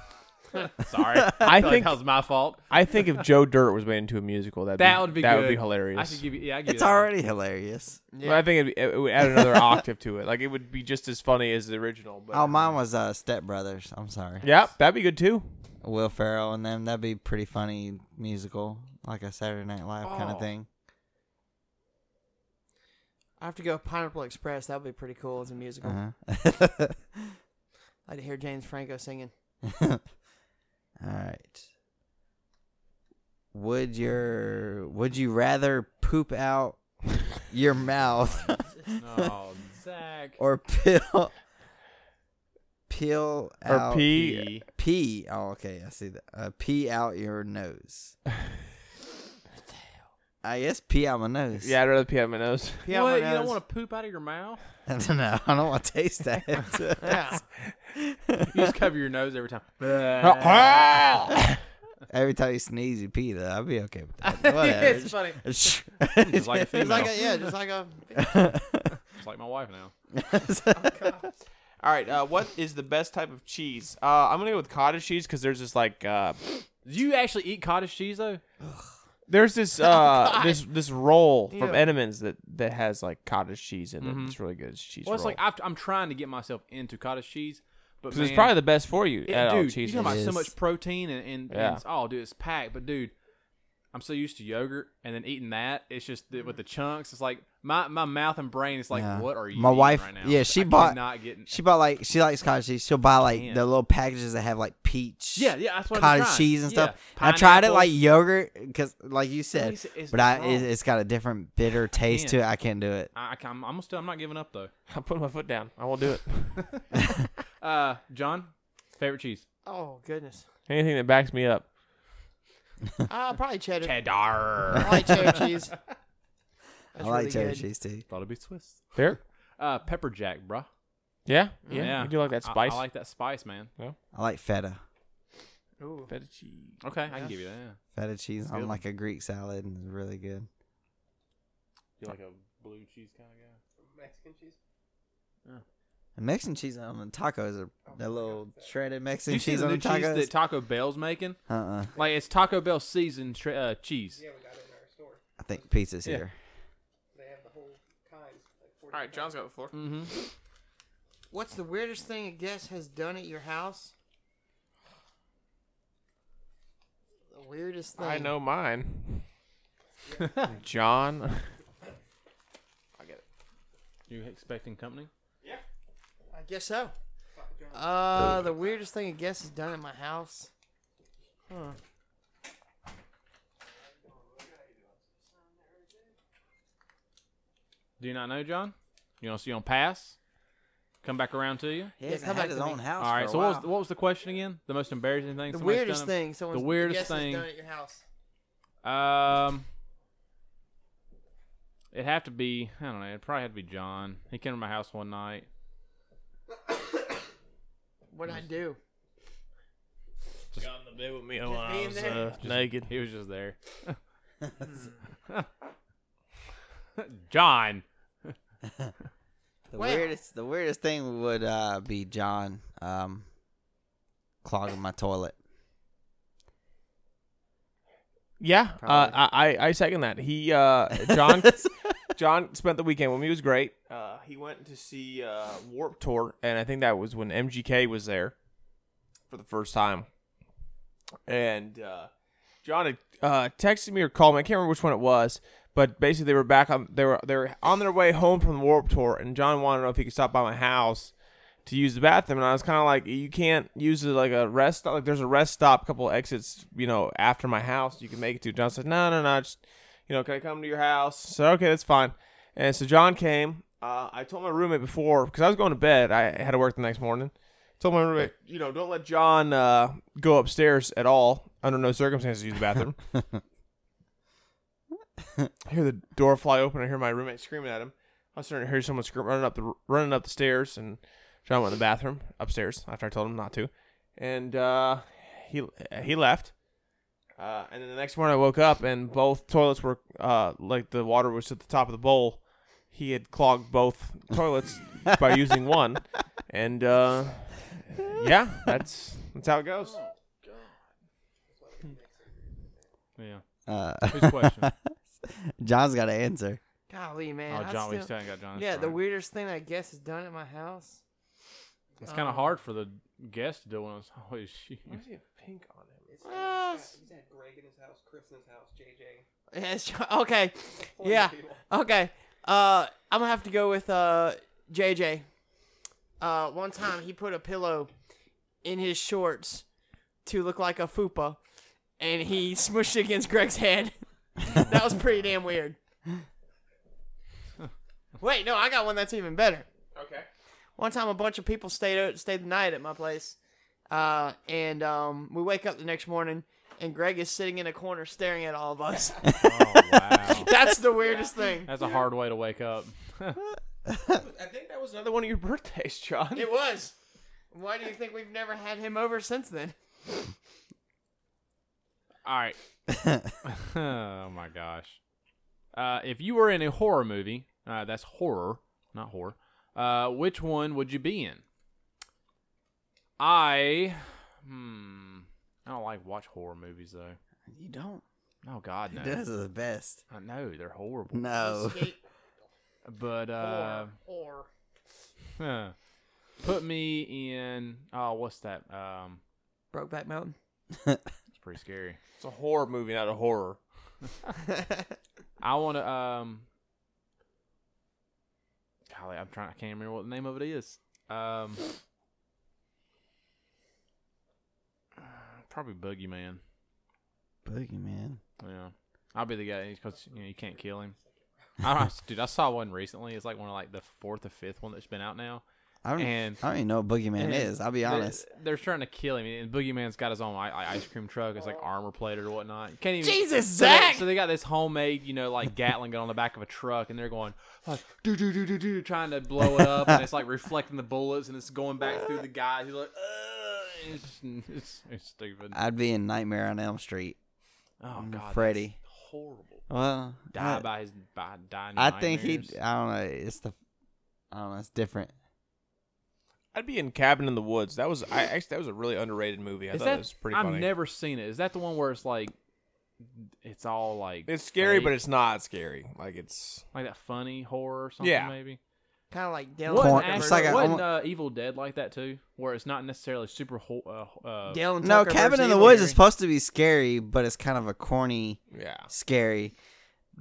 Speaker 3: Sorry, I, feel like
Speaker 1: think-
Speaker 3: that was my fault.
Speaker 1: I think if Joe Dirt was made into a musical, that'd
Speaker 3: That would be
Speaker 1: that
Speaker 3: good.
Speaker 1: would be
Speaker 3: I
Speaker 1: hilarious.
Speaker 3: could give you. Yeah, I give
Speaker 4: it's
Speaker 3: you that one.
Speaker 4: already hilarious.
Speaker 1: But I think it'd be, it would add another octave to it. Like it would be just as funny as the original. But
Speaker 4: Oh, mine was uh, Step Brothers. I'm sorry.
Speaker 1: Yep, that'd be good too.
Speaker 4: Will Ferrell and them. That'd be pretty funny musical, like a Saturday Night Live kind
Speaker 3: Oh.
Speaker 4: of thing.
Speaker 5: I have to go Pineapple Express. That would be pretty cool as a musical.
Speaker 4: Uh-huh. [laughs]
Speaker 5: I'd hear James Franco singing.
Speaker 4: All right. Would your would you rather poop out your mouth [laughs]
Speaker 3: Oh, Zach.
Speaker 4: or peel peel
Speaker 1: Or
Speaker 4: out
Speaker 1: pee.
Speaker 4: pee? Oh, okay, I see that. Uh, pee out your nose. I guess pee out my nose.
Speaker 1: Yeah, I'd rather pee out my nose.
Speaker 5: Pee out
Speaker 3: what?
Speaker 5: my
Speaker 3: You don't
Speaker 5: nose. [laughs]
Speaker 3: want to poop out of your mouth?
Speaker 4: [laughs] I don't know. I don't want to taste that. [laughs]
Speaker 5: Yeah.
Speaker 3: You just cover your nose every time.
Speaker 1: Uh, [laughs] Ah!
Speaker 4: Every time you sneeze, you pee. Though I'd be okay with that. Whatever.
Speaker 5: it's funny.
Speaker 4: [laughs]
Speaker 3: Just like a female.
Speaker 5: It's like a, yeah, just like a.
Speaker 3: It's like my wife now.
Speaker 1: All right, uh, what is the best type of cheese? Uh, I'm gonna go with cottage cheese because there's this like uh,
Speaker 3: Do you actually eat cottage cheese though?
Speaker 1: there's this
Speaker 4: [laughs]
Speaker 1: uh, this this roll from
Speaker 5: Ew.
Speaker 1: Edamons that that has like cottage cheese in it. It's really good. Mm-hmm. It's a cheese
Speaker 3: Well, it's
Speaker 1: roll.
Speaker 3: like I've, I'm trying to get myself into cottage cheese, but
Speaker 1: 'Cause it's
Speaker 3: man,
Speaker 1: probably the best for you.
Speaker 3: It-
Speaker 1: at all
Speaker 3: dude,
Speaker 1: cheese
Speaker 3: you talking
Speaker 1: is.
Speaker 3: about so
Speaker 4: Yes.
Speaker 3: much protein and, and, and
Speaker 1: Yeah.
Speaker 3: it's, oh, dude, it's packed. But dude, I'm so used to yogurt and then eating that. It's just that with the chunks. It's like my, my mouth and brain is like,
Speaker 4: Yeah.
Speaker 3: what are you?
Speaker 4: My
Speaker 3: eating
Speaker 4: wife-
Speaker 3: right now?
Speaker 4: yeah, she
Speaker 3: I
Speaker 4: bought-
Speaker 3: Not getting.
Speaker 4: She bought like she likes cottage cheese. She'll buy like
Speaker 3: Can't.
Speaker 4: the little packages that have like peach,
Speaker 3: Yeah, yeah, that's what I've been
Speaker 4: cottage
Speaker 3: trying.
Speaker 4: cheese and stuff.
Speaker 3: Yeah,
Speaker 4: I tried it
Speaker 3: pineapple.
Speaker 4: like yogurt because, like you
Speaker 3: At
Speaker 4: said,
Speaker 3: least it's
Speaker 4: but I it,
Speaker 3: wrong.
Speaker 4: it's got a different bitter taste to it. I can't do it.
Speaker 3: I, I, am I'm still. I'm not giving
Speaker 4: [laughs]
Speaker 3: up though.
Speaker 1: [laughs]
Speaker 3: [laughs]
Speaker 1: I'm putting my foot down. I won't do it.
Speaker 3: Uh, John, favorite cheese?
Speaker 5: Oh
Speaker 4: [laughs]
Speaker 5: goodness.
Speaker 1: Anything that backs me up.
Speaker 5: Uh, probably cheddar.
Speaker 3: Cheddar.
Speaker 5: I
Speaker 4: [laughs]
Speaker 5: like cheddar cheese. That's
Speaker 4: I like
Speaker 5: really
Speaker 4: cheddar
Speaker 5: good.
Speaker 4: cheese too.
Speaker 3: Thought it'd be Swiss.
Speaker 1: There.
Speaker 3: Uh, pepper jack, bruh.
Speaker 1: Yeah. Yeah.
Speaker 3: Mm, Yeah,
Speaker 1: You do like that
Speaker 3: I- I-
Speaker 1: spice.
Speaker 3: I, like that spice, man.
Speaker 4: I like feta,
Speaker 5: Ooh.
Speaker 1: feta cheese.
Speaker 3: Okay, I can give you that. Yeah.
Speaker 4: feta cheese on
Speaker 3: good.
Speaker 4: like a Greek salad and it's really good.
Speaker 3: You like a blue cheese kind of guy?
Speaker 2: Mexican cheese.
Speaker 4: And Mexican cheese on the tacos are that little shredded
Speaker 3: Do
Speaker 4: Mexican
Speaker 3: you see
Speaker 4: cheese
Speaker 3: the
Speaker 4: on
Speaker 3: new
Speaker 4: the
Speaker 3: cheese
Speaker 4: tacos.
Speaker 3: that Taco Bell's making?
Speaker 4: uh uh
Speaker 3: Like it's Taco Bell seasoned tre- uh, cheese.
Speaker 2: Yeah, we got it in our store.
Speaker 4: I think pizza's
Speaker 3: Yeah.
Speaker 4: here.
Speaker 2: They have the whole kinds. Like 40
Speaker 1: All right, John's got the floor.
Speaker 3: Mm-hmm.
Speaker 5: What's the weirdest thing a guest has done at your house? The weirdest thing.
Speaker 1: I know
Speaker 3: [laughs]
Speaker 1: mine. John.
Speaker 3: You expecting company?
Speaker 5: I guess so. Uh, the weirdest thing a guest has done at my house. Huh.
Speaker 3: Do you not know, John? You want to see on pass? Come back around to you.
Speaker 4: He
Speaker 5: Yeah,
Speaker 4: hasn't
Speaker 5: come
Speaker 4: had
Speaker 5: back
Speaker 4: his
Speaker 5: to me.
Speaker 4: own house.
Speaker 3: All right.
Speaker 4: for
Speaker 3: So
Speaker 4: a
Speaker 3: what was,
Speaker 4: while.
Speaker 3: what was the question again? The most embarrassing thing.
Speaker 5: The
Speaker 3: somebody's
Speaker 5: weirdest
Speaker 3: done?
Speaker 5: thing someone's
Speaker 3: weirdest
Speaker 5: a guest
Speaker 3: thing-
Speaker 5: has done at your house.
Speaker 3: Um. It'd have to be. I don't know. It'd probably have to be John. He came to my house one night.
Speaker 5: What I do?
Speaker 1: day with me
Speaker 5: Just when I being was, there. uh,
Speaker 1: naked.
Speaker 3: He was just
Speaker 1: [laughs]
Speaker 3: there. [laughs] John.
Speaker 4: The
Speaker 5: Wow.
Speaker 4: weirdest, the weirdest thing would uh, be John um, clogging my toilet.
Speaker 1: Yeah, uh,
Speaker 4: Probably.
Speaker 1: I I I second that. He uh, John John spent the weekend with me. It was great. Uh, he went to see uh, Warp Tour, and I think that was when MGK was there for the first time. And uh, John had uh, texted me or called me. I can't remember which one it was, but basically they were back on they were they were on their way home from the Warp Tour, and John wanted to know if he could stop by my house to use the bathroom, and I was kind of like, you can't use it like a rest stop. Like there's a rest stop, couple exits, you know, after my house, you can make it to. John said, no, no, no, just you know, can I come to your house? So okay, that's fine. And so John came. Uh, I told my roommate before because I was going to bed. I had to work the next morning. Told my roommate, you know, don't let John uh, go upstairs at all. Under no circumstances, use the bathroom. I hear the door fly open. I hear my roommate screaming at him. I was starting to hear someone scream, running up the running up the stairs, and John went to the bathroom upstairs after I told him not to, and uh, he he left. Uh, and then the next morning I woke up and both toilets were uh, like the water was at the top of the bowl. He had clogged both toilets
Speaker 3: [laughs]
Speaker 1: by using one, and uh, yeah, that's that's how it goes.
Speaker 3: Yeah.
Speaker 4: Uh,
Speaker 3: Whose question?
Speaker 4: [laughs] John's got to answer. [laughs]
Speaker 5: Golly, man.
Speaker 3: oh,
Speaker 5: I
Speaker 3: John, we
Speaker 5: still-
Speaker 3: still ain't got John.
Speaker 5: yeah,
Speaker 3: Sorry.
Speaker 5: the weirdest thing I guess is done at my house.
Speaker 3: It's kind of
Speaker 5: Um,
Speaker 3: hard for the guest to do [laughs] when it's always you.
Speaker 1: does he have pink on him?
Speaker 2: It's,
Speaker 5: Ah,
Speaker 2: he's, got, he's had Greg in his house, Chris in his house, JJ.
Speaker 5: Yeah, sure. [laughs] okay.
Speaker 2: Plenty of
Speaker 5: Yeah.
Speaker 2: people.
Speaker 5: Okay. Uh, I'm gonna have to go with uh JJ. Uh, one time he put a pillow in his shorts to look like a fupa, and he smushed it against Greg's head. [laughs] that was pretty damn weird. Wait, no, I got one that's even better.
Speaker 1: Okay.
Speaker 5: One time, a bunch of people stayed out, stayed the night at my place, uh, and um, we wake up the next morning, and Greg is sitting in a corner staring at all of
Speaker 4: [laughs]
Speaker 5: us.
Speaker 3: Oh, wow.
Speaker 5: that's the weirdest thing.
Speaker 3: That's a hard way to wake up.
Speaker 1: I think that was another one of your [laughs] birthdays, John.
Speaker 5: It was. Why do you think we've never had him over since then?
Speaker 3: All right. [laughs] oh my gosh. Uh, if you were in a horror movie, uh, that's horror, not horror. Uh, which one would you be in? I, hmm, I don't like watch horror movies though.
Speaker 4: You don't.
Speaker 3: Oh God, no.
Speaker 4: He does the best.
Speaker 3: I know they're horrible.
Speaker 4: No.
Speaker 3: But uh,
Speaker 5: or
Speaker 3: huh. put me in. Oh, what's that? Um,
Speaker 5: Brokeback Mountain.
Speaker 3: it's pretty scary.
Speaker 1: It's a horror movie, not a horror.
Speaker 3: I want to. Um, golly, I'm trying. I can't remember what the name of it is. Um, probably Boogeyman.
Speaker 4: Boogeyman.
Speaker 3: Yeah, I'll be the guy because you know you can't kill him. I [laughs] don't, dude, I saw one recently. It's like one of like the fourth or fifth one that's been out now.
Speaker 4: I don't,
Speaker 3: And-
Speaker 4: I don't even know what Boogeyman
Speaker 3: and
Speaker 4: is. I'll be
Speaker 3: They're-
Speaker 4: honest.
Speaker 3: They're, trying to kill him, and Boogeyman's got his own i- i- ice cream truck. It's like armor plated or whatnot. You Can't even.
Speaker 5: Jesus,
Speaker 3: So they-
Speaker 5: Zach!
Speaker 3: So they got this homemade, you know, like Gatling gun on the back of a truck, and they're going like do do do do do, trying to blow it up, and it's like reflecting the bullets, and it's going back through the guys. He's like, Ugh, and it's, it's, it's stupid.
Speaker 4: I'd be in Nightmare on Elm Street.
Speaker 3: Oh
Speaker 4: I'm
Speaker 3: god,
Speaker 4: Freddy.
Speaker 3: that's horrible.
Speaker 4: Well,
Speaker 3: Die
Speaker 4: I-
Speaker 3: by his by dying.
Speaker 4: I think he.
Speaker 3: nightmares.
Speaker 4: I don't know. It's the. I don't know. It's different.
Speaker 1: I'd be in Cabin in the Woods. That was I actually that was a really underrated movie. I
Speaker 3: Is
Speaker 1: thought
Speaker 3: that?
Speaker 1: it was pretty
Speaker 3: I've
Speaker 1: funny.
Speaker 3: never seen it. Is that the one where it's like, it's all like
Speaker 1: it's scary,
Speaker 3: fake?
Speaker 1: but it's not scary. Like it's
Speaker 3: like that funny horror or something
Speaker 1: Yeah.
Speaker 3: maybe.
Speaker 5: kind of like Dale.
Speaker 3: Wasn't,
Speaker 4: Corn-
Speaker 3: actually,
Speaker 4: it's like a-
Speaker 3: wasn't
Speaker 4: I
Speaker 3: uh, Evil Dead like that too, where it's not necessarily super. Ho- uh, uh,
Speaker 5: Dale and
Speaker 4: No,
Speaker 5: Tucker
Speaker 4: Cabin
Speaker 5: versus
Speaker 4: in the
Speaker 5: Evil
Speaker 4: Woods
Speaker 5: Gary.
Speaker 4: is supposed to be scary, but it's kind of a corny,
Speaker 1: yeah.
Speaker 4: scary.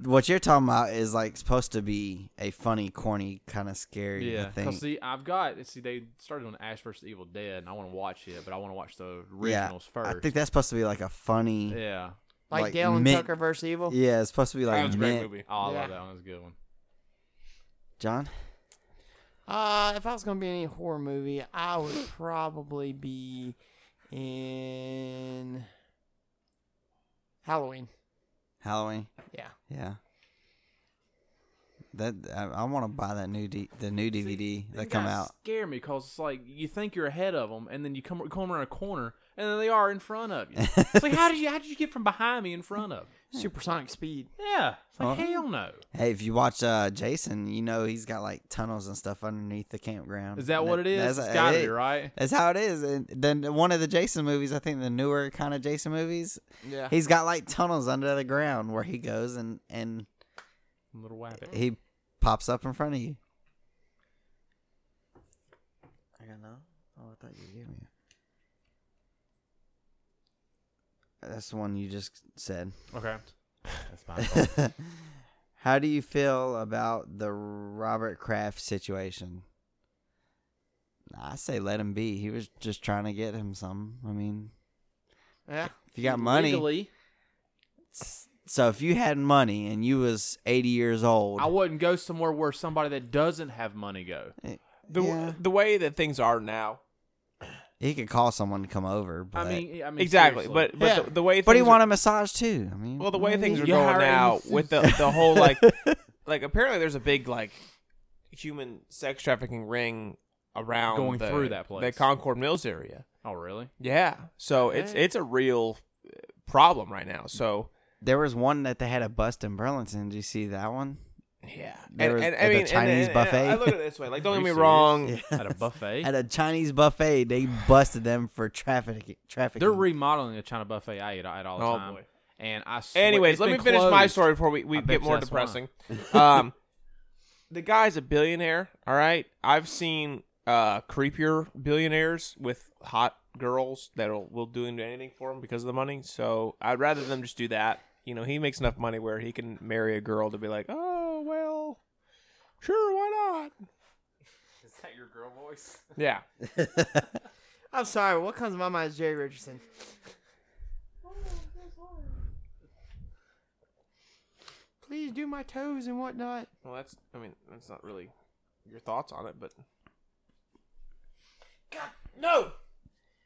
Speaker 4: What you're talking about is like supposed to be a funny, corny kind of scary.
Speaker 3: yeah,
Speaker 4: Yeah,
Speaker 3: because see, I've got see they started on Ash versus Evil Dead, and I want to watch it, but I want to watch the originals
Speaker 4: I
Speaker 3: first.
Speaker 4: think that's supposed to be like a funny. Yeah,
Speaker 3: yeah,
Speaker 5: like,
Speaker 4: like
Speaker 5: Dale and
Speaker 4: mint-
Speaker 5: Tucker versus Evil.
Speaker 4: it's supposed to be like mint.
Speaker 1: movie.
Speaker 3: oh, I
Speaker 5: Yeah.
Speaker 3: love that one. That's a good one.
Speaker 4: John.
Speaker 5: Uh, if I was gonna be in any horror movie, I would probably be in Halloween.
Speaker 4: Halloween.
Speaker 5: Yeah.
Speaker 4: Yeah. That I, I want to buy that new D, the new DVD
Speaker 3: They
Speaker 4: that come
Speaker 3: kinda
Speaker 4: out.
Speaker 3: Scare me because it's like you think you're ahead of them, and then you come come around a corner, and then they are in front of you. it's like how did you how did you get from behind me in front of?
Speaker 5: Hmm.
Speaker 3: you?
Speaker 5: Supersonic speed.
Speaker 3: Yeah, it's like
Speaker 4: Huh?
Speaker 3: hell no.
Speaker 4: Hey, if you watch uh, Jason, you know he's got like tunnels and stuff underneath the campground.
Speaker 3: Is that
Speaker 4: And
Speaker 3: what it is?
Speaker 4: That's,
Speaker 3: It's gotta
Speaker 4: it-
Speaker 3: be right.
Speaker 4: that's how it is. And then one of the Jason movies, I think the newer kind of Jason movies,
Speaker 5: Yeah.
Speaker 4: he's got like tunnels under the ground where he goes and and
Speaker 3: Little wabbit.
Speaker 4: he pops up in front of you. I got no. Oh, I thought you gave me. That's the one you just said.
Speaker 3: Okay, that's fine.
Speaker 4: How do you feel about the Robert Kraft situation? I say let him be. He was just trying to get him some. I mean,
Speaker 5: Yeah.
Speaker 4: if you got money,
Speaker 3: Legally,
Speaker 4: s- so if you had money and you was 80 years old,
Speaker 3: I wouldn't go somewhere where somebody that doesn't have money go.
Speaker 1: The
Speaker 4: Yeah.
Speaker 1: the way that things are now.
Speaker 4: he could call someone to come over. But,
Speaker 3: I mean, I mean
Speaker 1: exactly,
Speaker 3: seriously.
Speaker 1: but but
Speaker 5: Yeah.
Speaker 1: the, the way
Speaker 4: but he
Speaker 1: things
Speaker 4: wanted
Speaker 1: are-
Speaker 4: a massage too. I mean,
Speaker 1: well the way things are
Speaker 3: You
Speaker 1: going
Speaker 3: hire
Speaker 1: now
Speaker 4: [laughs]
Speaker 3: any-
Speaker 1: with the the whole like like apparently there's a big like human sex trafficking ring around
Speaker 3: Going
Speaker 1: the-
Speaker 3: through that place.
Speaker 1: the Concord Mills area.
Speaker 3: oh really?
Speaker 1: Yeah, so it's it's a real uh, problem right now. So
Speaker 4: there was one that they had a bust in Burlington. Did you see that one?
Speaker 1: yeah,
Speaker 4: There
Speaker 1: and,
Speaker 4: was-
Speaker 1: and I
Speaker 4: at the
Speaker 1: mean, and-
Speaker 4: Chinese
Speaker 1: and- and
Speaker 4: buffet.
Speaker 1: I look at it this way. Like, don't
Speaker 4: [laughs]
Speaker 1: get
Speaker 3: Are you
Speaker 1: me
Speaker 3: serious?
Speaker 1: wrong.
Speaker 3: [laughs] At a buffet.
Speaker 4: At a Chinese buffet, they busted them for traffic trafficking.
Speaker 3: They're remodeling the China buffet I eat at all the
Speaker 1: Oh,
Speaker 3: time.
Speaker 1: boy.
Speaker 3: And I swear,
Speaker 1: Anyways,
Speaker 3: it's
Speaker 1: let me
Speaker 3: been
Speaker 1: finish my
Speaker 3: closed.
Speaker 1: story before we, we
Speaker 3: I bet
Speaker 1: get
Speaker 3: you
Speaker 1: more
Speaker 3: that's why.
Speaker 1: depressing. um, the guy's a billionaire. All right, I've seen uh, creepier billionaires with hot girls that will will do anything for him because of the money. So I'd rather them just do that. You know, he makes enough money where he can marry a girl to be like, oh well, sure, why not?
Speaker 3: Is that your girl voice?
Speaker 1: Yeah,
Speaker 5: [laughs] I'm sorry. What comes to my mind is Jerry Richardson. Please do my toes and whatnot.
Speaker 1: Well, that's. I mean, that's not really your thoughts on it, but
Speaker 5: No!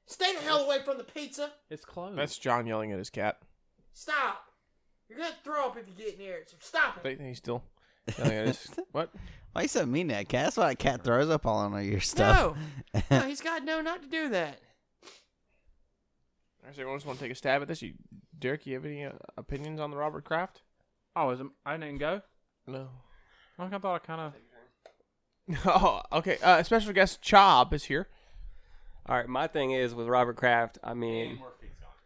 Speaker 5: Stay the hell away from the pizza!
Speaker 3: It's closed.
Speaker 1: that's John yelling at his cat.
Speaker 5: Stop! You're gonna throw up if you get near it, so stop it!
Speaker 1: They- He's still yelling at his. [laughs] What?
Speaker 4: Why you so mean to that cat? That's why that cat throws up all on your stuff.
Speaker 5: No! no, he's gotta know not to do that.
Speaker 1: Does everyone just want to take a stab at this? You, Derek, you have any uh, opinions on the Robert Kraft?
Speaker 3: oh, is it, I didn't go.
Speaker 1: No.
Speaker 3: Like I thought I kind of.
Speaker 1: [laughs] oh, okay. Uh, special guest Chob is here.
Speaker 2: All right, my thing is with Robert Kraft. I mean,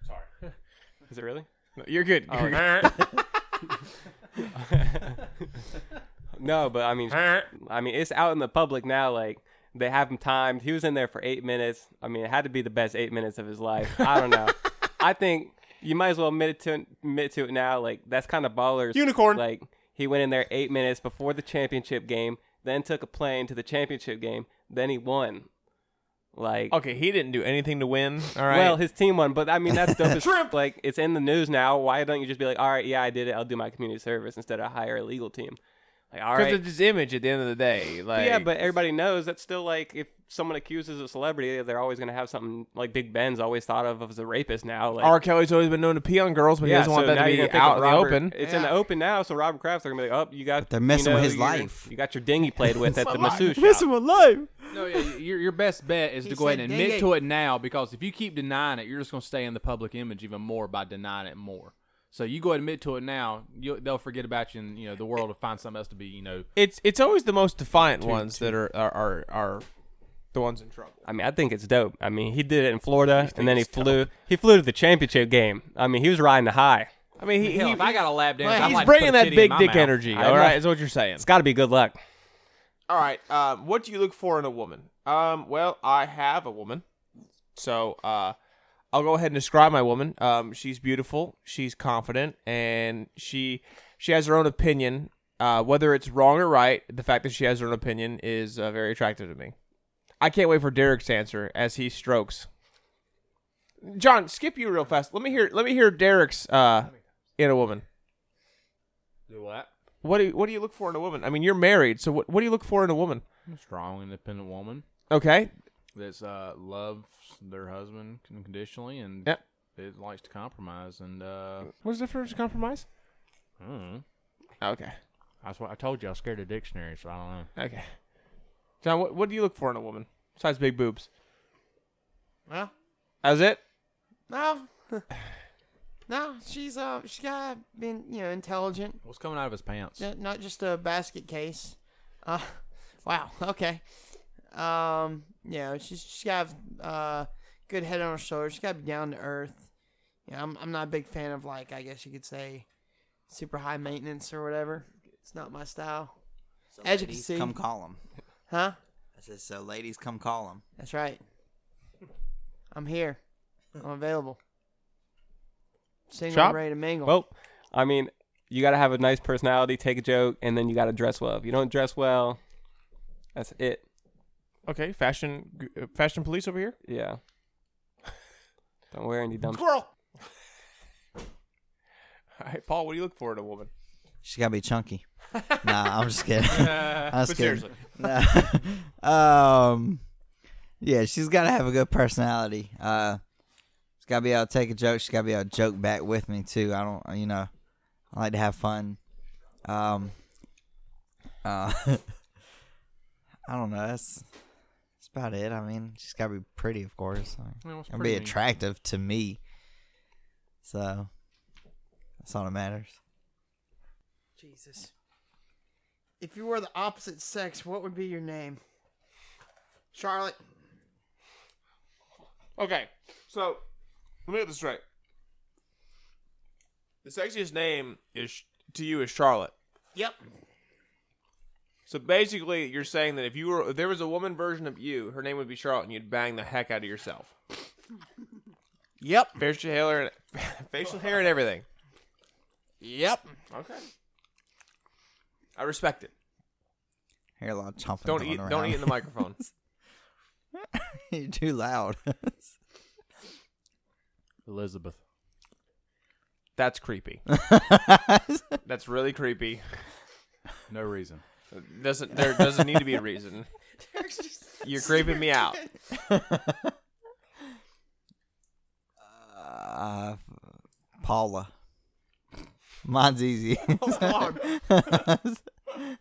Speaker 3: Sorry.
Speaker 1: [laughs]
Speaker 2: is it really?
Speaker 1: No, you're good.
Speaker 3: Oh,
Speaker 1: You're good.
Speaker 2: [laughs] No, but I mean, I mean, it's out in the public now. Like they have him timed. He was in there for eight minutes. I mean, it had to be the best eight minutes of his life. I don't know.
Speaker 1: [laughs]
Speaker 2: I think you might as well admit it to admit to it now. Like that's kind of ballers.
Speaker 1: Unicorn.
Speaker 2: Like he went in there eight minutes before the championship game, then took a plane to the championship game, then he won. Like
Speaker 1: Okay, he didn't do anything to win. All right.
Speaker 2: well, his team won, but I mean that's [laughs] dope. as- Like it's in the news now. Why don't you just be like, all right, yeah, I did it. I'll do my community service instead of hire a legal team. Like all
Speaker 1: because
Speaker 2: right,
Speaker 1: it's his image at the end of the day. Like,
Speaker 2: yeah, but everybody knows that's still like if someone accuses a celebrity, they're always gonna have something like Big Ben's always thought of as a rapist now. Like,
Speaker 1: R. Kelly's always been known to pee on girls, but
Speaker 2: yeah,
Speaker 1: he doesn't want
Speaker 2: so
Speaker 1: that
Speaker 2: now
Speaker 1: to
Speaker 2: you're
Speaker 1: be
Speaker 2: gonna think of
Speaker 1: out in the
Speaker 2: Robert-
Speaker 1: open.
Speaker 2: It's in the
Speaker 5: Yeah.
Speaker 2: open now, so Robert Kraft's are gonna be like, oh, you got
Speaker 4: They're messing
Speaker 2: you know,
Speaker 4: with his
Speaker 2: your-
Speaker 4: life.
Speaker 2: You got your dinghy played with at the masseuse shop.
Speaker 4: Messing with life.
Speaker 3: No, yeah, y- your your best bet is
Speaker 5: He
Speaker 3: to go ahead
Speaker 5: said
Speaker 3: and admit
Speaker 5: dang
Speaker 3: to it now because if you keep denying it, you're just gonna stay in the public image even more by denying it more. So you go ahead and admit to it now, you they'll forget about you, and you know the world will find something else to be. You know,
Speaker 1: It's it's always the most defiant ones that are are, are are the ones in trouble.
Speaker 2: I mean, I think it's dope. I mean, he did it in Florida, and then he flew. He flew to the championship game. I mean, he was riding the high.
Speaker 1: I mean, he,
Speaker 3: Hell,
Speaker 1: he
Speaker 3: if I got a lap dance,
Speaker 5: Well,
Speaker 3: I'd
Speaker 1: he's
Speaker 3: like to put
Speaker 1: bringing
Speaker 3: a
Speaker 1: that
Speaker 3: titty in
Speaker 1: big
Speaker 3: my
Speaker 1: dick
Speaker 3: mouth.
Speaker 1: energy.
Speaker 2: I
Speaker 1: All
Speaker 2: know.
Speaker 1: right, is what you're saying.
Speaker 2: It's got to be good luck.
Speaker 1: All right. Um, what do you look for in a woman? Um, well, I have a woman, so uh, I'll go ahead and describe my woman. Um, she's beautiful, she's confident, and she she has her own opinion. Uh, whether it's wrong or right, the fact that she has her own opinion is uh, very attractive to me. I can't wait for Derek's answer as he strokes. John, skip you real fast. Let me hear. Let me hear Derek's uh, in a woman.
Speaker 3: Do what?
Speaker 1: What do you, What do you look for in a woman? I mean, you're married, so what What do you look for in a woman?
Speaker 3: I'm a strong, independent woman
Speaker 1: Okay,
Speaker 3: that's uh, loves their husband conditionally and
Speaker 1: Yeah.
Speaker 3: it likes to compromise and uh,
Speaker 1: What's the difference of compromise?
Speaker 3: I don't know.
Speaker 1: Okay.
Speaker 6: That's what I told you. I was scared of dictionaries, so I don't know.
Speaker 1: Okay. John, what, what do you look for in a woman besides big boobs?
Speaker 5: Well,
Speaker 1: That's it.
Speaker 5: no, [sighs] no, she's uh, she's got been you know intelligent,
Speaker 3: What's coming out of his pants?
Speaker 5: n- not just a basket case. Uh, [laughs] wow, okay. Um, you know, she's she's got uh, good head on her shoulders. She's got to be down to earth. You know, I'm I'm not a big fan of like I guess you could say, super high maintenance or whatever. It's not my style.
Speaker 4: So
Speaker 5: As you can
Speaker 4: ladies,
Speaker 5: see-
Speaker 4: come call him.
Speaker 5: Huh?
Speaker 4: I said, so ladies, come call him.
Speaker 5: That's right. I'm here. I'm available. Single,
Speaker 1: Chop?
Speaker 5: and ready to mingle.
Speaker 2: Well, I mean, you got to have a nice personality, take a joke, and then you got to dress well. If you don't dress well, that's it.
Speaker 1: Okay, fashion, g- uh, fashion police over here.
Speaker 2: Yeah. [laughs] Don't wear any dumb.
Speaker 1: Squirrel. [laughs] All right, Paul, what do you look for in a woman?
Speaker 4: She gotta be chunky. nah, I'm just kidding. I'm just
Speaker 1: but
Speaker 4: kidding.
Speaker 1: seriously,
Speaker 4: Nah. [laughs] um, yeah, she's gotta have a good personality. Uh, she's gotta be able to take a joke. She's gotta be able to joke back with me too. I don't, you know, I like to have fun. Um, uh, [laughs] I don't know. That's that's about it. I mean, she's gotta be pretty, of course. I mean,
Speaker 3: Yeah, what's
Speaker 4: and be
Speaker 3: pretty?
Speaker 4: attractive to me. So that's all that matters.
Speaker 5: Jesus. If you were the opposite sex, what would be your name? Charlotte.
Speaker 1: okay. So let me get this straight. The sexiest name is to you is Charlotte.
Speaker 5: Yep.
Speaker 1: So basically, you're saying that if you were if there was a woman version of you, her name would be Charlotte, and you'd bang the heck out of yourself.
Speaker 5: Yep.
Speaker 1: Facial hair and [laughs] facial hair and everything.
Speaker 5: Yep.
Speaker 1: Okay. I respect it.
Speaker 4: Hear a lot of chomping.
Speaker 1: Don't
Speaker 4: going
Speaker 1: eat.
Speaker 4: Around.
Speaker 1: Don't eat in the microphone.
Speaker 4: [laughs] You're too loud. [laughs]
Speaker 6: Elizabeth.
Speaker 1: That's creepy. That's really creepy.
Speaker 3: No reason.
Speaker 1: Doesn't there doesn't need to be a reason. You're creeping me out.
Speaker 4: uh, Paula. Mine's easy.
Speaker 3: Oh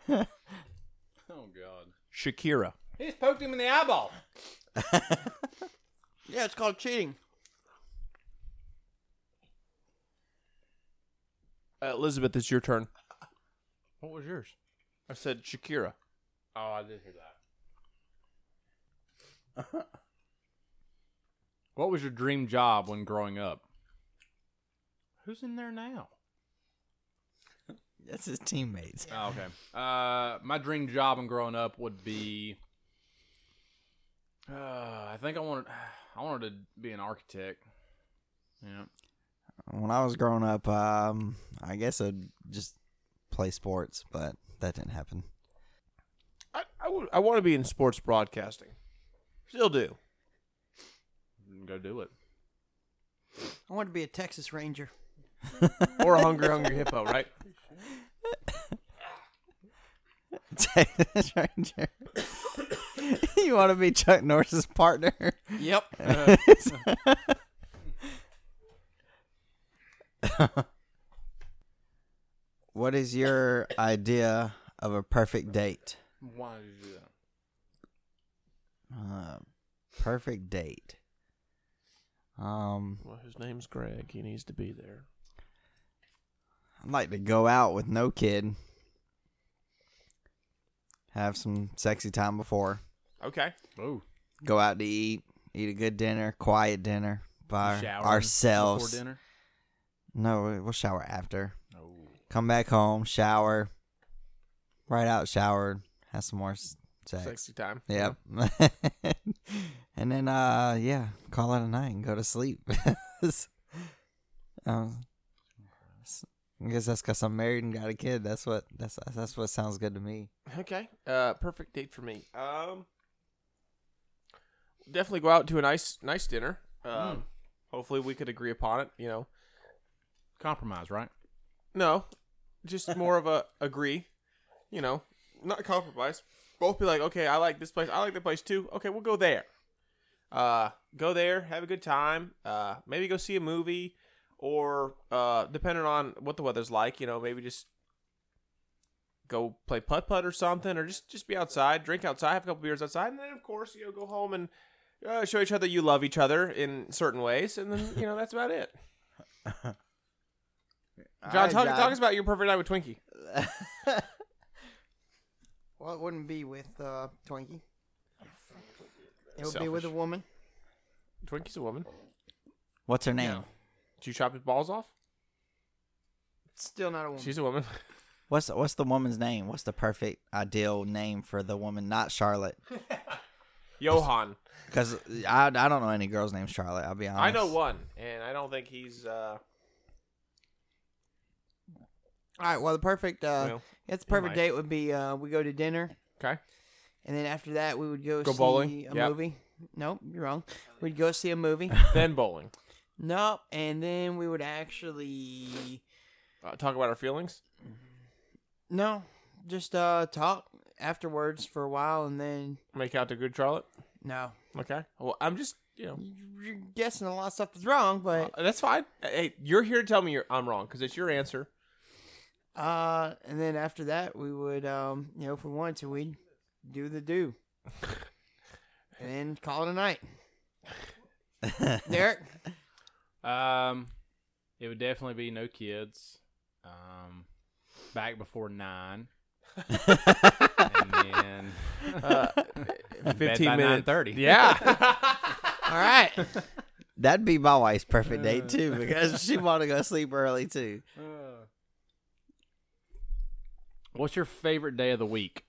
Speaker 3: God.
Speaker 1: Shakira.
Speaker 3: He just poked him in the eyeball.
Speaker 5: Yeah, it's called cheating.
Speaker 1: Uh, Elizabeth, it's your turn.
Speaker 3: What was yours?
Speaker 1: I said Shakira.
Speaker 3: Oh, I did hear [laughs] that. what was your dream job when growing up? Who's in there now?
Speaker 4: [laughs] That's his teammates.
Speaker 3: Oh, okay. Uh, my dream job when growing up would be. Uh, I think I wanted. [sighs] I wanted to be an architect. Yeah.
Speaker 4: When I was growing up, um, I guess I'd just play sports, but that didn't happen. [laughs]
Speaker 1: I I, would, I want to be in sports broadcasting. Still do.
Speaker 3: Go do it.
Speaker 5: I want to be a Texas Ranger.
Speaker 1: Or a hungry hungry hippo, right?
Speaker 4: Texas Ranger. you want to be Chuck Norris's partner? [laughs]
Speaker 3: [laughs]
Speaker 5: Yep.
Speaker 3: Uh,
Speaker 4: what is your idea of a perfect date?
Speaker 3: Why did you do that?
Speaker 4: Uh, perfect date. Um,
Speaker 1: [laughs] Well, his name's Greg. He needs to be there.
Speaker 4: I'd like to go out with no kid. Have some sexy time before.
Speaker 1: Okay.
Speaker 3: Oh,
Speaker 4: Go out to eat. Eat a good dinner, quiet dinner by
Speaker 3: shower
Speaker 4: ourselves.
Speaker 3: before dinner.
Speaker 4: No, we- we'll shower after.
Speaker 3: Oh.
Speaker 4: Come back home, shower. Right out, showered. Have some more s- sex.
Speaker 1: Sexy time.
Speaker 4: Yep. [laughs] and then, uh, yeah, call it a night and go to sleep. [laughs] um, s- I guess that's because I'm married and got a kid. That's what that's that's what sounds good to me.
Speaker 1: Okay. Uh, perfect date for me. Um, definitely go out to a nice, nice dinner. Um, hopefully we could agree upon it. You know,
Speaker 3: Compromise, right?
Speaker 1: no, just more of a agree. You know, not compromise. Both be like, okay, I like this place. I like the place too. Okay, we'll go there. Uh, go there, have a good time. Uh, maybe go see a movie, or uh, depending on what the weather's like, you know, maybe just go play putt putt or something, or just just be outside, drink outside, have a couple beers outside, and then of course you know go home and uh, show each other you love each other in certain ways, and then you know that's about it. John,
Speaker 4: Alright,
Speaker 1: talk,
Speaker 4: John.
Speaker 1: talk us about your perfect night with Twinkie.
Speaker 5: [laughs] Well, it wouldn't be with uh, Twinkie. It would be
Speaker 1: Selfish.
Speaker 5: with a woman.
Speaker 1: Twinkie's a woman.
Speaker 4: What's her name?
Speaker 1: Did you chop his balls off?
Speaker 5: Still not a woman.
Speaker 1: She's a woman. [laughs]
Speaker 4: What's what's the woman's name? What's the perfect ideal name for the woman? Not Charlotte,
Speaker 1: Johan.
Speaker 4: because I, I don't know any girls named Charlotte. I'll be honest.
Speaker 1: I know one, and I don't think he's. uh
Speaker 5: All right. Well, the perfect. Uh,
Speaker 1: Well,
Speaker 5: it's the
Speaker 1: you
Speaker 5: perfect
Speaker 1: might.
Speaker 5: date would be uh, we go to dinner,
Speaker 1: Okay.
Speaker 5: and then after that we would go,
Speaker 1: Go
Speaker 5: see
Speaker 1: bowling?
Speaker 5: a
Speaker 1: Yep.
Speaker 5: movie. Nope, you're wrong. We'd go see
Speaker 1: [laughs]
Speaker 5: a movie.
Speaker 1: Then bowling.
Speaker 5: nope, and then we would actually
Speaker 1: Uh, talk about our feelings.
Speaker 5: no, just uh talk afterwards for a while, and then
Speaker 1: Make out to good Charlotte.
Speaker 5: no,
Speaker 1: Okay. Well, I'm just you know
Speaker 5: you're guessing a lot of stuff is wrong, but
Speaker 1: Uh, that's fine. Hey, you're here to tell me you're, I'm wrong because it's your answer.
Speaker 5: uh, and then after that we would um you know if we wanted to we'd do the do, and then call it a night. Derek,
Speaker 3: Um, it would definitely be no kids. Um, back before nine, and then [laughs]
Speaker 1: Uh, Fifteen
Speaker 3: nine
Speaker 1: minutes.
Speaker 3: thirty.
Speaker 1: [laughs] Yeah.
Speaker 5: all right.
Speaker 4: [laughs] That'd be my wife's perfect
Speaker 1: Uh.
Speaker 4: date too, because she want to go sleep early too.
Speaker 3: What's your favorite day of the week?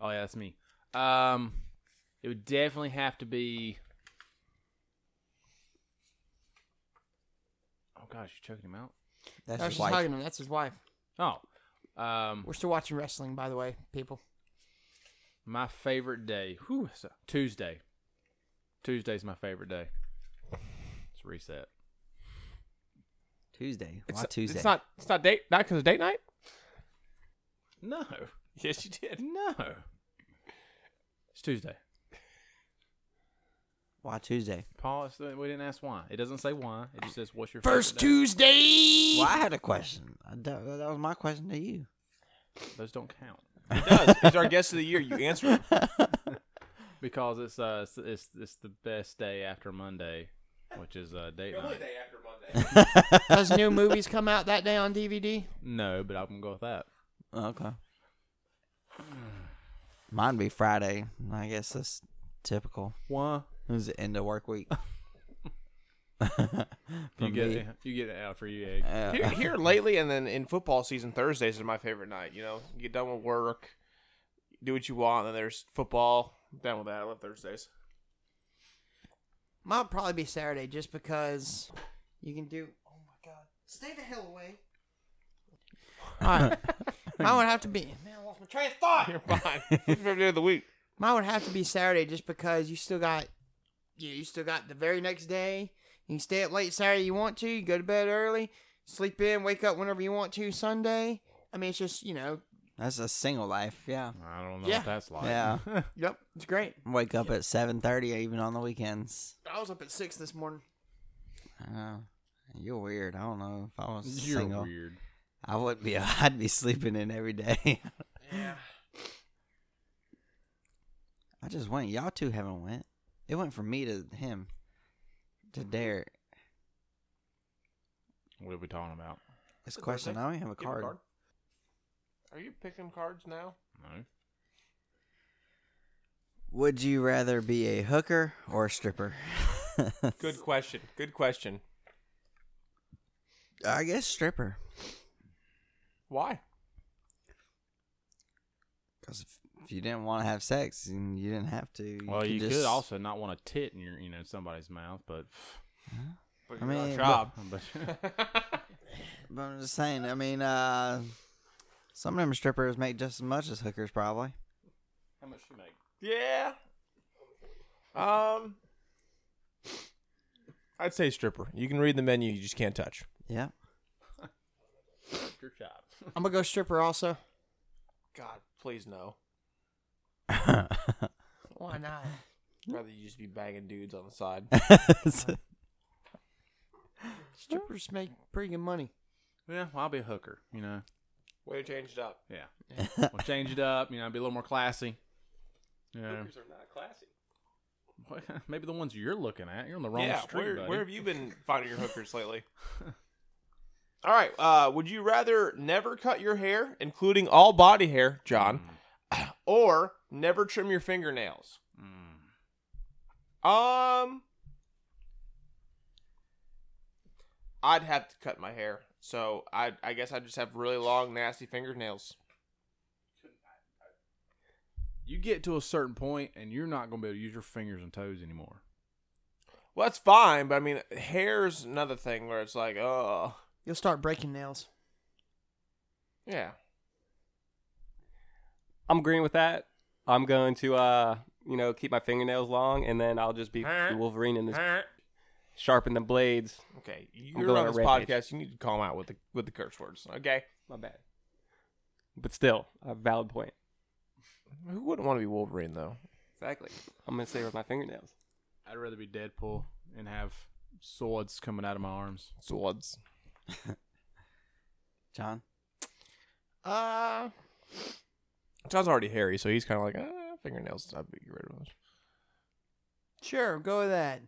Speaker 3: Oh yeah, that's me. Um, it would definitely have to be. Oh gosh, you choking him out.
Speaker 4: That's
Speaker 5: No,
Speaker 4: your
Speaker 5: she's
Speaker 4: wife.
Speaker 5: hugging him. That's his wife.
Speaker 3: Oh, um,
Speaker 5: We're still watching wrestling, by the way, people.
Speaker 3: my favorite day. Whew, it's a- Tuesday. Tuesday's my favorite day. It's reset.
Speaker 4: Tuesday.
Speaker 1: It's
Speaker 4: Why
Speaker 1: not-
Speaker 4: Tuesday?
Speaker 1: It's not. It's not date. Not because of date night.
Speaker 3: No,
Speaker 1: Yes, you did.
Speaker 3: no. It's Tuesday.
Speaker 4: Why Tuesday?
Speaker 3: Paul, it's- we didn't ask why. It doesn't say why. It just says what's your favorite
Speaker 5: First
Speaker 3: day?
Speaker 5: Tuesday.
Speaker 4: Well, I had a question. I- That, that was my question to you.
Speaker 3: Those don't count
Speaker 1: It [laughs] does. It's our guest of the year. You answer it.
Speaker 3: because it's uh it's it's, it's the best day after Monday, which is uh date night.
Speaker 1: after Monday.
Speaker 5: Does new movies come out that day on DVD?
Speaker 3: No, but I'm gonna go with that.
Speaker 4: Okay. Mine'd be Friday. I guess that's typical.
Speaker 3: Why?
Speaker 4: It was the end of work week. For
Speaker 3: You get
Speaker 4: me.
Speaker 3: it, you get it out for you. Egg.
Speaker 4: Uh,
Speaker 1: Here, here lately, and then in football season, Thursdays is my favorite night. You know, you get done with work, do what you want, and then there's football. I'm down with that. I love Thursdays. [laughs]
Speaker 5: Mine would probably be Saturday just because you can do. Oh my God. Stay the hell away. All right. Mine would have to be. Man, I lost my train of thought.
Speaker 1: You're fine. favorite day of the week.
Speaker 5: Mine would have to be Saturday just because you still got. Yeah, you still got the very next day. You can stay up late Saturday you want to. You go to bed early. Sleep in. Wake up whenever you want to Sunday. I mean, it's just, you know.
Speaker 4: that's a single life. Yeah.
Speaker 3: I don't know
Speaker 5: Yeah.
Speaker 3: what that's like.
Speaker 4: Yeah.
Speaker 5: Yep. It's great.
Speaker 4: Wake up at seven thirty, even on the weekends.
Speaker 5: I was up at 6 this morning.
Speaker 4: I know. You're weird. I don't know if I
Speaker 3: [laughs]
Speaker 4: was
Speaker 3: You're
Speaker 4: single.
Speaker 3: weird.
Speaker 4: I would be. [laughs] I'd be sleeping in every day. [laughs] yeah. I just went. Y'all two haven't went. It went from me to him, to Derek.
Speaker 3: What are we talking about?
Speaker 4: This question. I don't even have a
Speaker 1: You have a
Speaker 4: card.
Speaker 1: card? Are you picking cards now?
Speaker 3: No.
Speaker 4: Would you rather be a hooker or a stripper?
Speaker 1: Good question. Good question.
Speaker 4: I guess stripper.
Speaker 1: Why?
Speaker 4: Because if you didn't want to have sex, and you didn't have to. You
Speaker 3: Well, you
Speaker 4: just-
Speaker 3: could also not want a tit in your you know somebody's mouth, but [laughs]
Speaker 1: But
Speaker 4: I
Speaker 1: you're on
Speaker 4: mean,
Speaker 1: job.
Speaker 3: but
Speaker 4: But I'm just saying. I mean, uh, some of them strippers make just as much as hookers, probably.
Speaker 3: how much you make?
Speaker 1: [laughs] Yeah. Um, I'd say stripper. You can read the menu, you just can't touch.
Speaker 4: [laughs] Yeah.
Speaker 3: Your job. [laughs]
Speaker 5: I'm going to go stripper also.
Speaker 1: God, please no.
Speaker 5: Why not?
Speaker 1: I'd rather you just be banging dudes on the side.
Speaker 5: Strippers make pretty good money.
Speaker 3: Yeah, well, I'll be a hooker. You know,
Speaker 2: Way to change it up.
Speaker 3: yeah.
Speaker 4: [laughs]
Speaker 3: we'll change it up. You know, be a little more classy. Yeah.
Speaker 2: Hookers are not classy.
Speaker 3: [laughs] Maybe the ones you're looking at. You're on the wrong
Speaker 1: yeah,
Speaker 3: street,
Speaker 1: where,
Speaker 3: buddy.
Speaker 1: where have you
Speaker 3: [laughs]
Speaker 1: been finding your hookers lately? all right. Uh, would you rather never cut your hair, including all body hair, John,
Speaker 3: Mm.
Speaker 1: [clears throat] or never trim your fingernails?
Speaker 3: Mm.
Speaker 1: Um, I'd have to cut my hair, so I I guess I just have really long, nasty fingernails.
Speaker 3: You get to a certain point, and you're not going to be able to use your fingers and toes anymore.
Speaker 1: Well, that's fine, but I mean, hair's another thing where it's like, oh,
Speaker 5: You'll start breaking nails.
Speaker 1: yeah.
Speaker 2: I'm agreeing with that. I'm going to, uh, you know, keep my fingernails long, and then I'll just be Wolverine and just sharpen the blades.
Speaker 1: Okay,
Speaker 2: I'm
Speaker 1: you're
Speaker 2: going
Speaker 1: on
Speaker 2: on a
Speaker 1: this
Speaker 2: rampage.
Speaker 1: podcast. You need to call 'em out with the with the curse words. Okay,
Speaker 2: My bad. But still, a valid point.
Speaker 1: who wouldn't want to be Wolverine though?
Speaker 2: Exactly. I'm gonna stay with my fingernails.
Speaker 3: I'd rather be Deadpool and have swords coming out of my arms.
Speaker 1: Swords.
Speaker 4: John.
Speaker 5: Uh,
Speaker 1: John's already hairy, so he's kind of like ah, fingernails. I'd be rid of those.
Speaker 5: sure, go with that.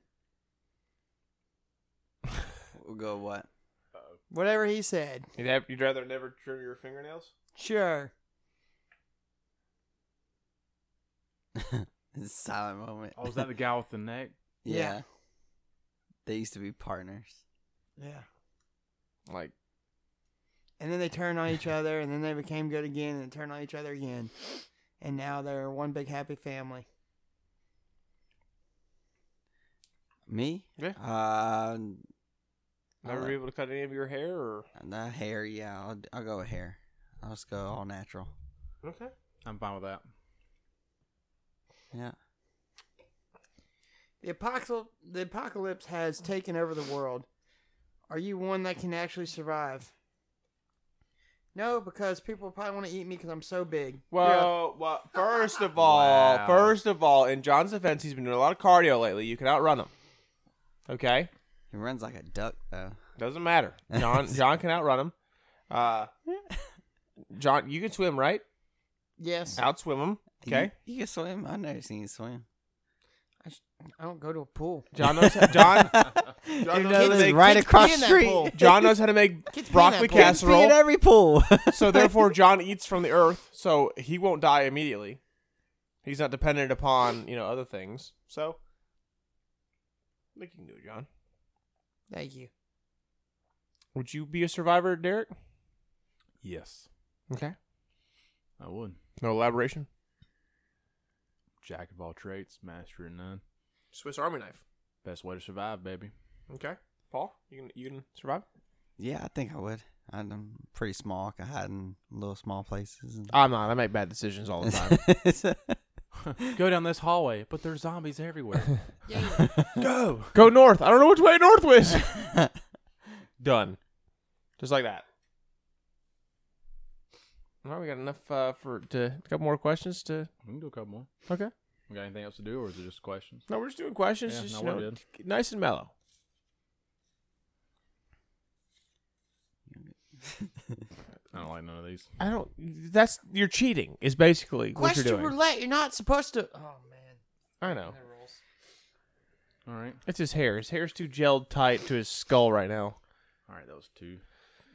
Speaker 4: We'll go what? [laughs]
Speaker 5: Whatever he said.
Speaker 1: You'd, have, you'd rather never trim your fingernails?
Speaker 5: Sure.
Speaker 4: It's a silent moment.
Speaker 3: Oh, is that the guy with the neck?
Speaker 4: [laughs] yeah.
Speaker 5: Yeah.
Speaker 4: They used to be partners.
Speaker 5: Yeah.
Speaker 1: Like
Speaker 5: And then they
Speaker 1: [laughs]
Speaker 5: turned on each other, and then they became good again, and turned on each other again, and now they're one big happy family.
Speaker 4: Me?
Speaker 1: Yeah.
Speaker 4: Uh,
Speaker 1: never be able to cut any of your hair, or
Speaker 4: the hair. Yeah, I'll, I'll go with hair. I'll just go all natural.
Speaker 1: okay.
Speaker 3: I'm fine with that.
Speaker 4: Yeah.
Speaker 5: The apocalypse, the apocalypse has taken over the world. Are you one that can actually survive? No, because people probably want to eat me because I'm so big.
Speaker 1: Well, well, first of all,
Speaker 3: Wow.
Speaker 1: first of all, in John's defense, he's been doing a lot of cardio lately. You can outrun him. Okay,
Speaker 4: He runs like a duck though.
Speaker 1: doesn't matter. [laughs] John, John can outrun him. [laughs] Uh, John, you can swim, right?
Speaker 5: Yes,
Speaker 1: Outswim him. Okay.
Speaker 4: You, you can swim. I've never seen you swim.
Speaker 5: I don't go to a pool.
Speaker 1: John knows [laughs] John John
Speaker 4: Even
Speaker 1: knows, how
Speaker 4: though
Speaker 1: to
Speaker 4: it's
Speaker 1: make,
Speaker 4: right across
Speaker 5: pee in
Speaker 4: the
Speaker 5: that pool.
Speaker 4: [laughs] street.
Speaker 1: John knows how to make
Speaker 5: Kids pee in
Speaker 1: broccoli
Speaker 5: that pool.
Speaker 4: Kids pee
Speaker 1: casserole.
Speaker 4: at every pool. [laughs]
Speaker 1: so therefore John eats from the earth, so he won't die immediately. He's not dependent upon, you know, other things. So I think you can do it, John.
Speaker 5: Thank you.
Speaker 1: Would you be a survivor, Derek?
Speaker 3: Yes,
Speaker 1: Okay.
Speaker 3: I would.
Speaker 1: No elaboration.
Speaker 3: Jack of all trades, master of none.
Speaker 1: Swiss Army knife.
Speaker 3: Best way to survive, baby.
Speaker 1: Okay. Paul, you can you can survive?
Speaker 4: Yeah, I think I would. I'm pretty small. I can hide in little small places. And...
Speaker 1: I'm not. I make bad decisions all the time.
Speaker 3: [laughs]
Speaker 4: [laughs]
Speaker 3: Go down this hallway, but there's zombies everywhere. Go.
Speaker 1: Go north. I don't know which way north was. [laughs] Done. Just like that. All right, we got enough uh, for to a couple more questions to.
Speaker 3: [laughs] We can do a couple more.
Speaker 1: Okay.
Speaker 3: We got anything else to do, or is it just questions?
Speaker 1: No, we're just doing questions.
Speaker 3: Yeah,
Speaker 1: just
Speaker 3: no,
Speaker 1: you
Speaker 3: we're
Speaker 1: know,
Speaker 3: good.
Speaker 1: k- nice and mellow.
Speaker 3: I don't like none of these.
Speaker 1: I don't. That's you're cheating. Is basically what
Speaker 5: Question
Speaker 1: you're doing.
Speaker 5: roulette. You're not supposed to. Oh man.
Speaker 1: I know.
Speaker 3: All right.
Speaker 1: It's his hair. His hair's too gelled tight to his skull right now,
Speaker 3: All right, those two.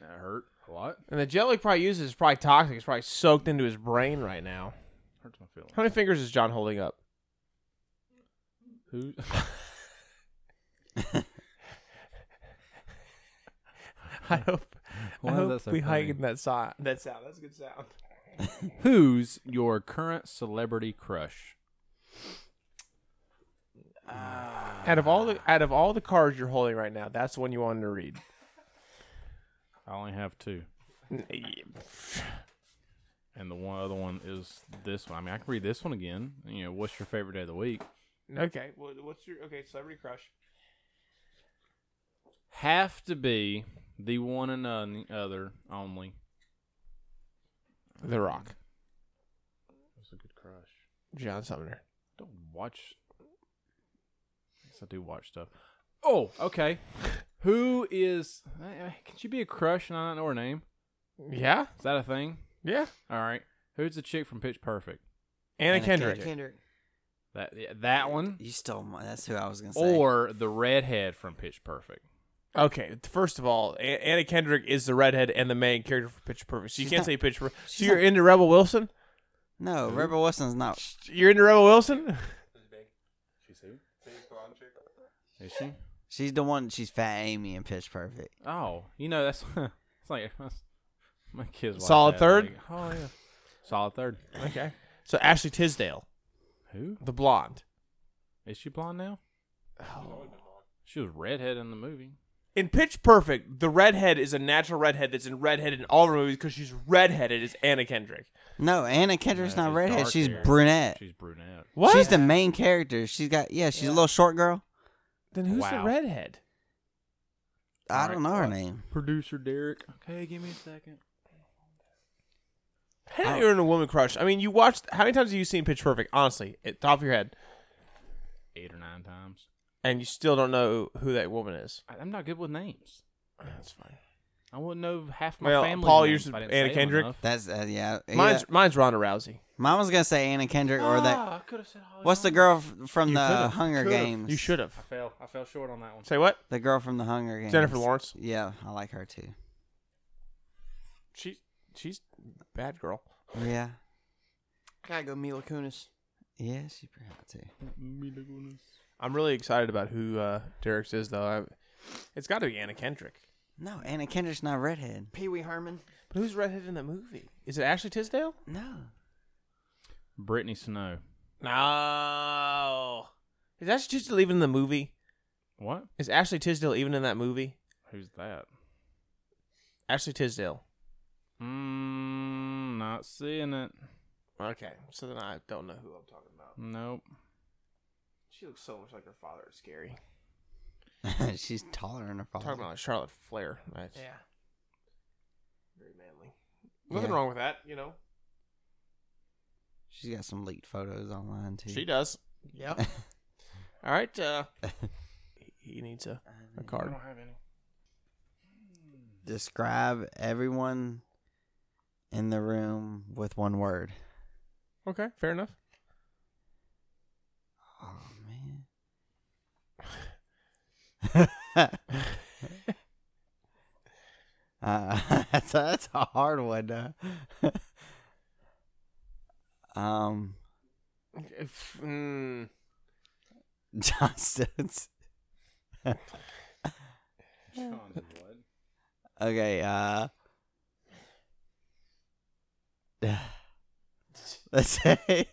Speaker 3: That hurt a lot.
Speaker 1: and the gel he probably uses is probably toxic. It's probably soaked into his brain right now.
Speaker 3: Hurts my feelings.
Speaker 1: How many fingers is John holding up?
Speaker 3: [laughs] Who?
Speaker 1: I hope.
Speaker 3: Why is
Speaker 1: I
Speaker 3: that
Speaker 1: hope
Speaker 3: so
Speaker 1: we
Speaker 3: funny?
Speaker 1: heighten that sound. That sound. That's a good sound.
Speaker 3: Who's your current celebrity crush?
Speaker 1: Out of all the out of all the cards you're holding right now, that's the one you wanted to [laughs] read.
Speaker 3: I only have two, and the one other one is this one. I mean, I can read this one again. You know, what's your favorite day of the week?
Speaker 1: Okay. Well, what's your okay celebrity crush?
Speaker 3: Have to be the one and none other only.
Speaker 1: The Rock,
Speaker 3: That's a good crush.
Speaker 1: John Sumner.
Speaker 3: Don't watch. I guess I do watch stuff. Oh, okay. Who is? uh, Can she be a crush and I not know her name?
Speaker 1: Yeah,
Speaker 3: Is that a thing?
Speaker 1: yeah.
Speaker 3: All right. Who's the chick from Pitch Perfect?
Speaker 1: Anna,
Speaker 4: Anna
Speaker 1: Kendrick.
Speaker 5: Kendrick.
Speaker 3: That yeah, that one,
Speaker 4: You stole my. That's who I was gonna say.
Speaker 3: or the redhead from Pitch Perfect?
Speaker 1: Okay, first of all, A- Anna Kendrick is the redhead and the main character for Pitch Perfect. So you
Speaker 4: She's
Speaker 1: can't
Speaker 4: not-
Speaker 1: say Pitch Perfect. So
Speaker 4: she's
Speaker 1: you're
Speaker 4: not-
Speaker 1: into Rebel Wilson?
Speaker 4: no, Rebel Wilson's not.
Speaker 1: You're into Rebel Wilson?
Speaker 3: Is she?
Speaker 4: She's the one. She's Fat Amy in Pitch Perfect.
Speaker 3: Oh, you know that's [laughs] it's like that's- my kids. Like
Speaker 1: Solid
Speaker 3: that,
Speaker 1: third?
Speaker 3: like, oh yeah, solid third.
Speaker 1: Okay. So Ashley Tisdale,
Speaker 3: Who
Speaker 1: the blonde.
Speaker 3: is she blonde now? Oh. She was redhead in the movie.
Speaker 1: In Pitch Perfect, the redhead is a natural redhead that's in redhead in all the movies because she's redheaded. Is Anna Kendrick?
Speaker 4: No, Anna Kendrick's
Speaker 3: No,
Speaker 4: not
Speaker 3: she's
Speaker 4: redhead.
Speaker 3: dark
Speaker 4: She's
Speaker 3: hair.
Speaker 4: brunette.
Speaker 3: She's brunette.
Speaker 1: What?
Speaker 4: She's the main character. She's got yeah. She's a little short girl.
Speaker 1: then who's the
Speaker 3: Wow.
Speaker 1: redhead?
Speaker 4: I don't know her name.
Speaker 3: Producer Derek. Okay, give me a second.
Speaker 1: How do you earn a woman crush? I mean, you watched. How many times have you seen Pitch Perfect? Honestly, at top of your head,
Speaker 3: Eight or nine times.
Speaker 1: and you still don't know who that woman is. Ah,
Speaker 3: I, I'm not good with names.
Speaker 1: That's fine.
Speaker 3: I wouldn't know half my
Speaker 1: Well,
Speaker 3: family.
Speaker 1: Paul,
Speaker 3: names
Speaker 1: yours
Speaker 3: if I
Speaker 1: is
Speaker 3: didn't
Speaker 1: Anna
Speaker 3: say them
Speaker 1: Kendrick.
Speaker 3: enough.
Speaker 4: That's uh, yeah.
Speaker 1: Mine's
Speaker 4: yeah.
Speaker 1: mine's Ronda Rousey.
Speaker 4: Mine was gonna say Anna Kendrick or that.
Speaker 3: Ah, I could have said Holly
Speaker 4: What's the
Speaker 3: Hunter.
Speaker 4: girl f- from
Speaker 1: You
Speaker 4: the
Speaker 1: could've-
Speaker 4: Hunger
Speaker 1: could've.
Speaker 4: Games?
Speaker 1: You should have.
Speaker 3: I fell. I fell short on that one.
Speaker 1: Say what?
Speaker 4: The girl from the Hunger Games.
Speaker 1: Jennifer Lawrence.
Speaker 4: Yeah, I like her too.
Speaker 1: She she's a bad girl.
Speaker 4: Yeah,
Speaker 5: Gotta go Mila Kunis.
Speaker 4: yeah, she pretty hot too.
Speaker 1: I'm really excited about who uh, Derek's is though. I, it's got to be Anna Kendrick.
Speaker 4: No, Anna Kendrick's not redhead.
Speaker 5: Pee Wee Herman.
Speaker 1: But who's redheaded in the movie? Is it Ashley Tisdale?
Speaker 4: No, [laughs]
Speaker 3: Brittany Snow.
Speaker 1: No. Is Ashley Tisdale even in the movie?
Speaker 3: What?
Speaker 1: Is Ashley Tisdale even in that movie?
Speaker 3: Who's that?
Speaker 1: Ashley Tisdale.
Speaker 3: Mm, not seeing it.
Speaker 1: Okay, so then I don't know who I'm talking about. [laughs]
Speaker 3: Nope.
Speaker 1: She looks so much like her father. It's scary.
Speaker 4: she's taller than her
Speaker 1: I'm talking
Speaker 4: father.
Speaker 1: about like Charlotte Flair. That's
Speaker 5: Yeah.
Speaker 1: very manly. Nothing
Speaker 4: Yeah.
Speaker 1: wrong with that, you know.
Speaker 4: She's got some leaked photos online too.
Speaker 1: She does. [laughs]
Speaker 5: Yep.
Speaker 1: All right. [laughs] Uh, he needs a, a card.
Speaker 4: Describe everyone in the room with one word.
Speaker 1: Okay, fair enough.
Speaker 4: Oh man. [laughs] uh, [laughs] that's a, that's a hard one. uh. [laughs] um, [laughs]
Speaker 1: If- mm,
Speaker 4: John [laughs] Stones. Okay. Uh, [laughs] let's say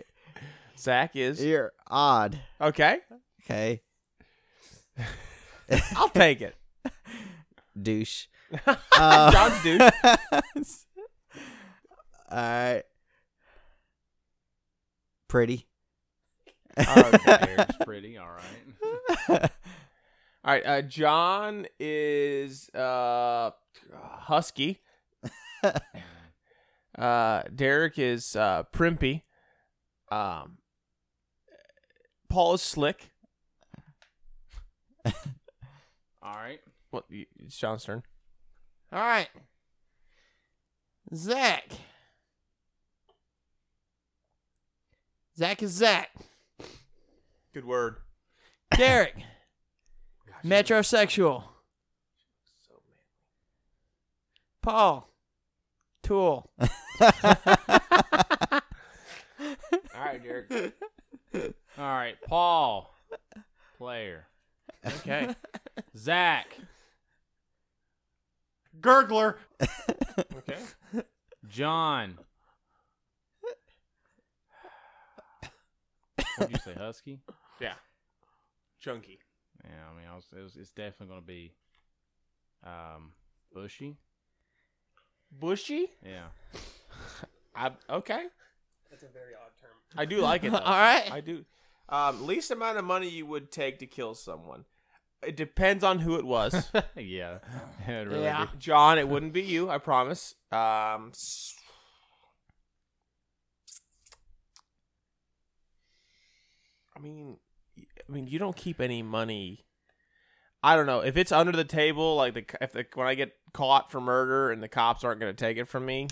Speaker 4: [laughs]
Speaker 1: Zach is
Speaker 4: you're odd.
Speaker 1: okay.
Speaker 4: Okay,
Speaker 1: I'll take [laughs] it.
Speaker 4: [laughs] douche. Uh,
Speaker 1: John's
Speaker 4: [laughs]
Speaker 1: dude.
Speaker 4: All right. Pretty. [laughs]
Speaker 3: Eric's pretty. All right.
Speaker 1: All right. Uh, John is uh, husky.
Speaker 5: [laughs]
Speaker 1: uh, Derek is uh, primpy. Um, Paul is slick.
Speaker 3: All right.
Speaker 1: Well, y- it's John's turn.
Speaker 5: All right. Zach. Zach is Zach.
Speaker 1: Good word.
Speaker 5: Derek. Metrosexual. Paul. Tool.
Speaker 1: All right, Derek.
Speaker 3: All right. Paul. Player.
Speaker 1: Okay.
Speaker 3: Zach.
Speaker 5: Gurgler.
Speaker 1: okay.
Speaker 3: John. What did you say, Husky?
Speaker 1: Yeah. Chunky.
Speaker 3: Yeah, I mean, I was, it was, it's definitely going to be um, bushy.
Speaker 1: Bushy.
Speaker 3: Yeah.
Speaker 1: I, okay. That's a very odd term. I do
Speaker 5: [laughs]
Speaker 1: like it. Though.
Speaker 5: All right.
Speaker 1: I do. Um, least amount of money you would take to kill someone. It depends on who it
Speaker 5: [laughs]
Speaker 1: was.
Speaker 3: yeah. [laughs] It really
Speaker 5: Yeah.
Speaker 3: did.
Speaker 1: John, it wouldn't be you. I promise. Um, s- I mean, I mean, you don't keep any money. I don't know if it's under the table, like the if the, when I get caught for murder and the cops aren't going to take it from me.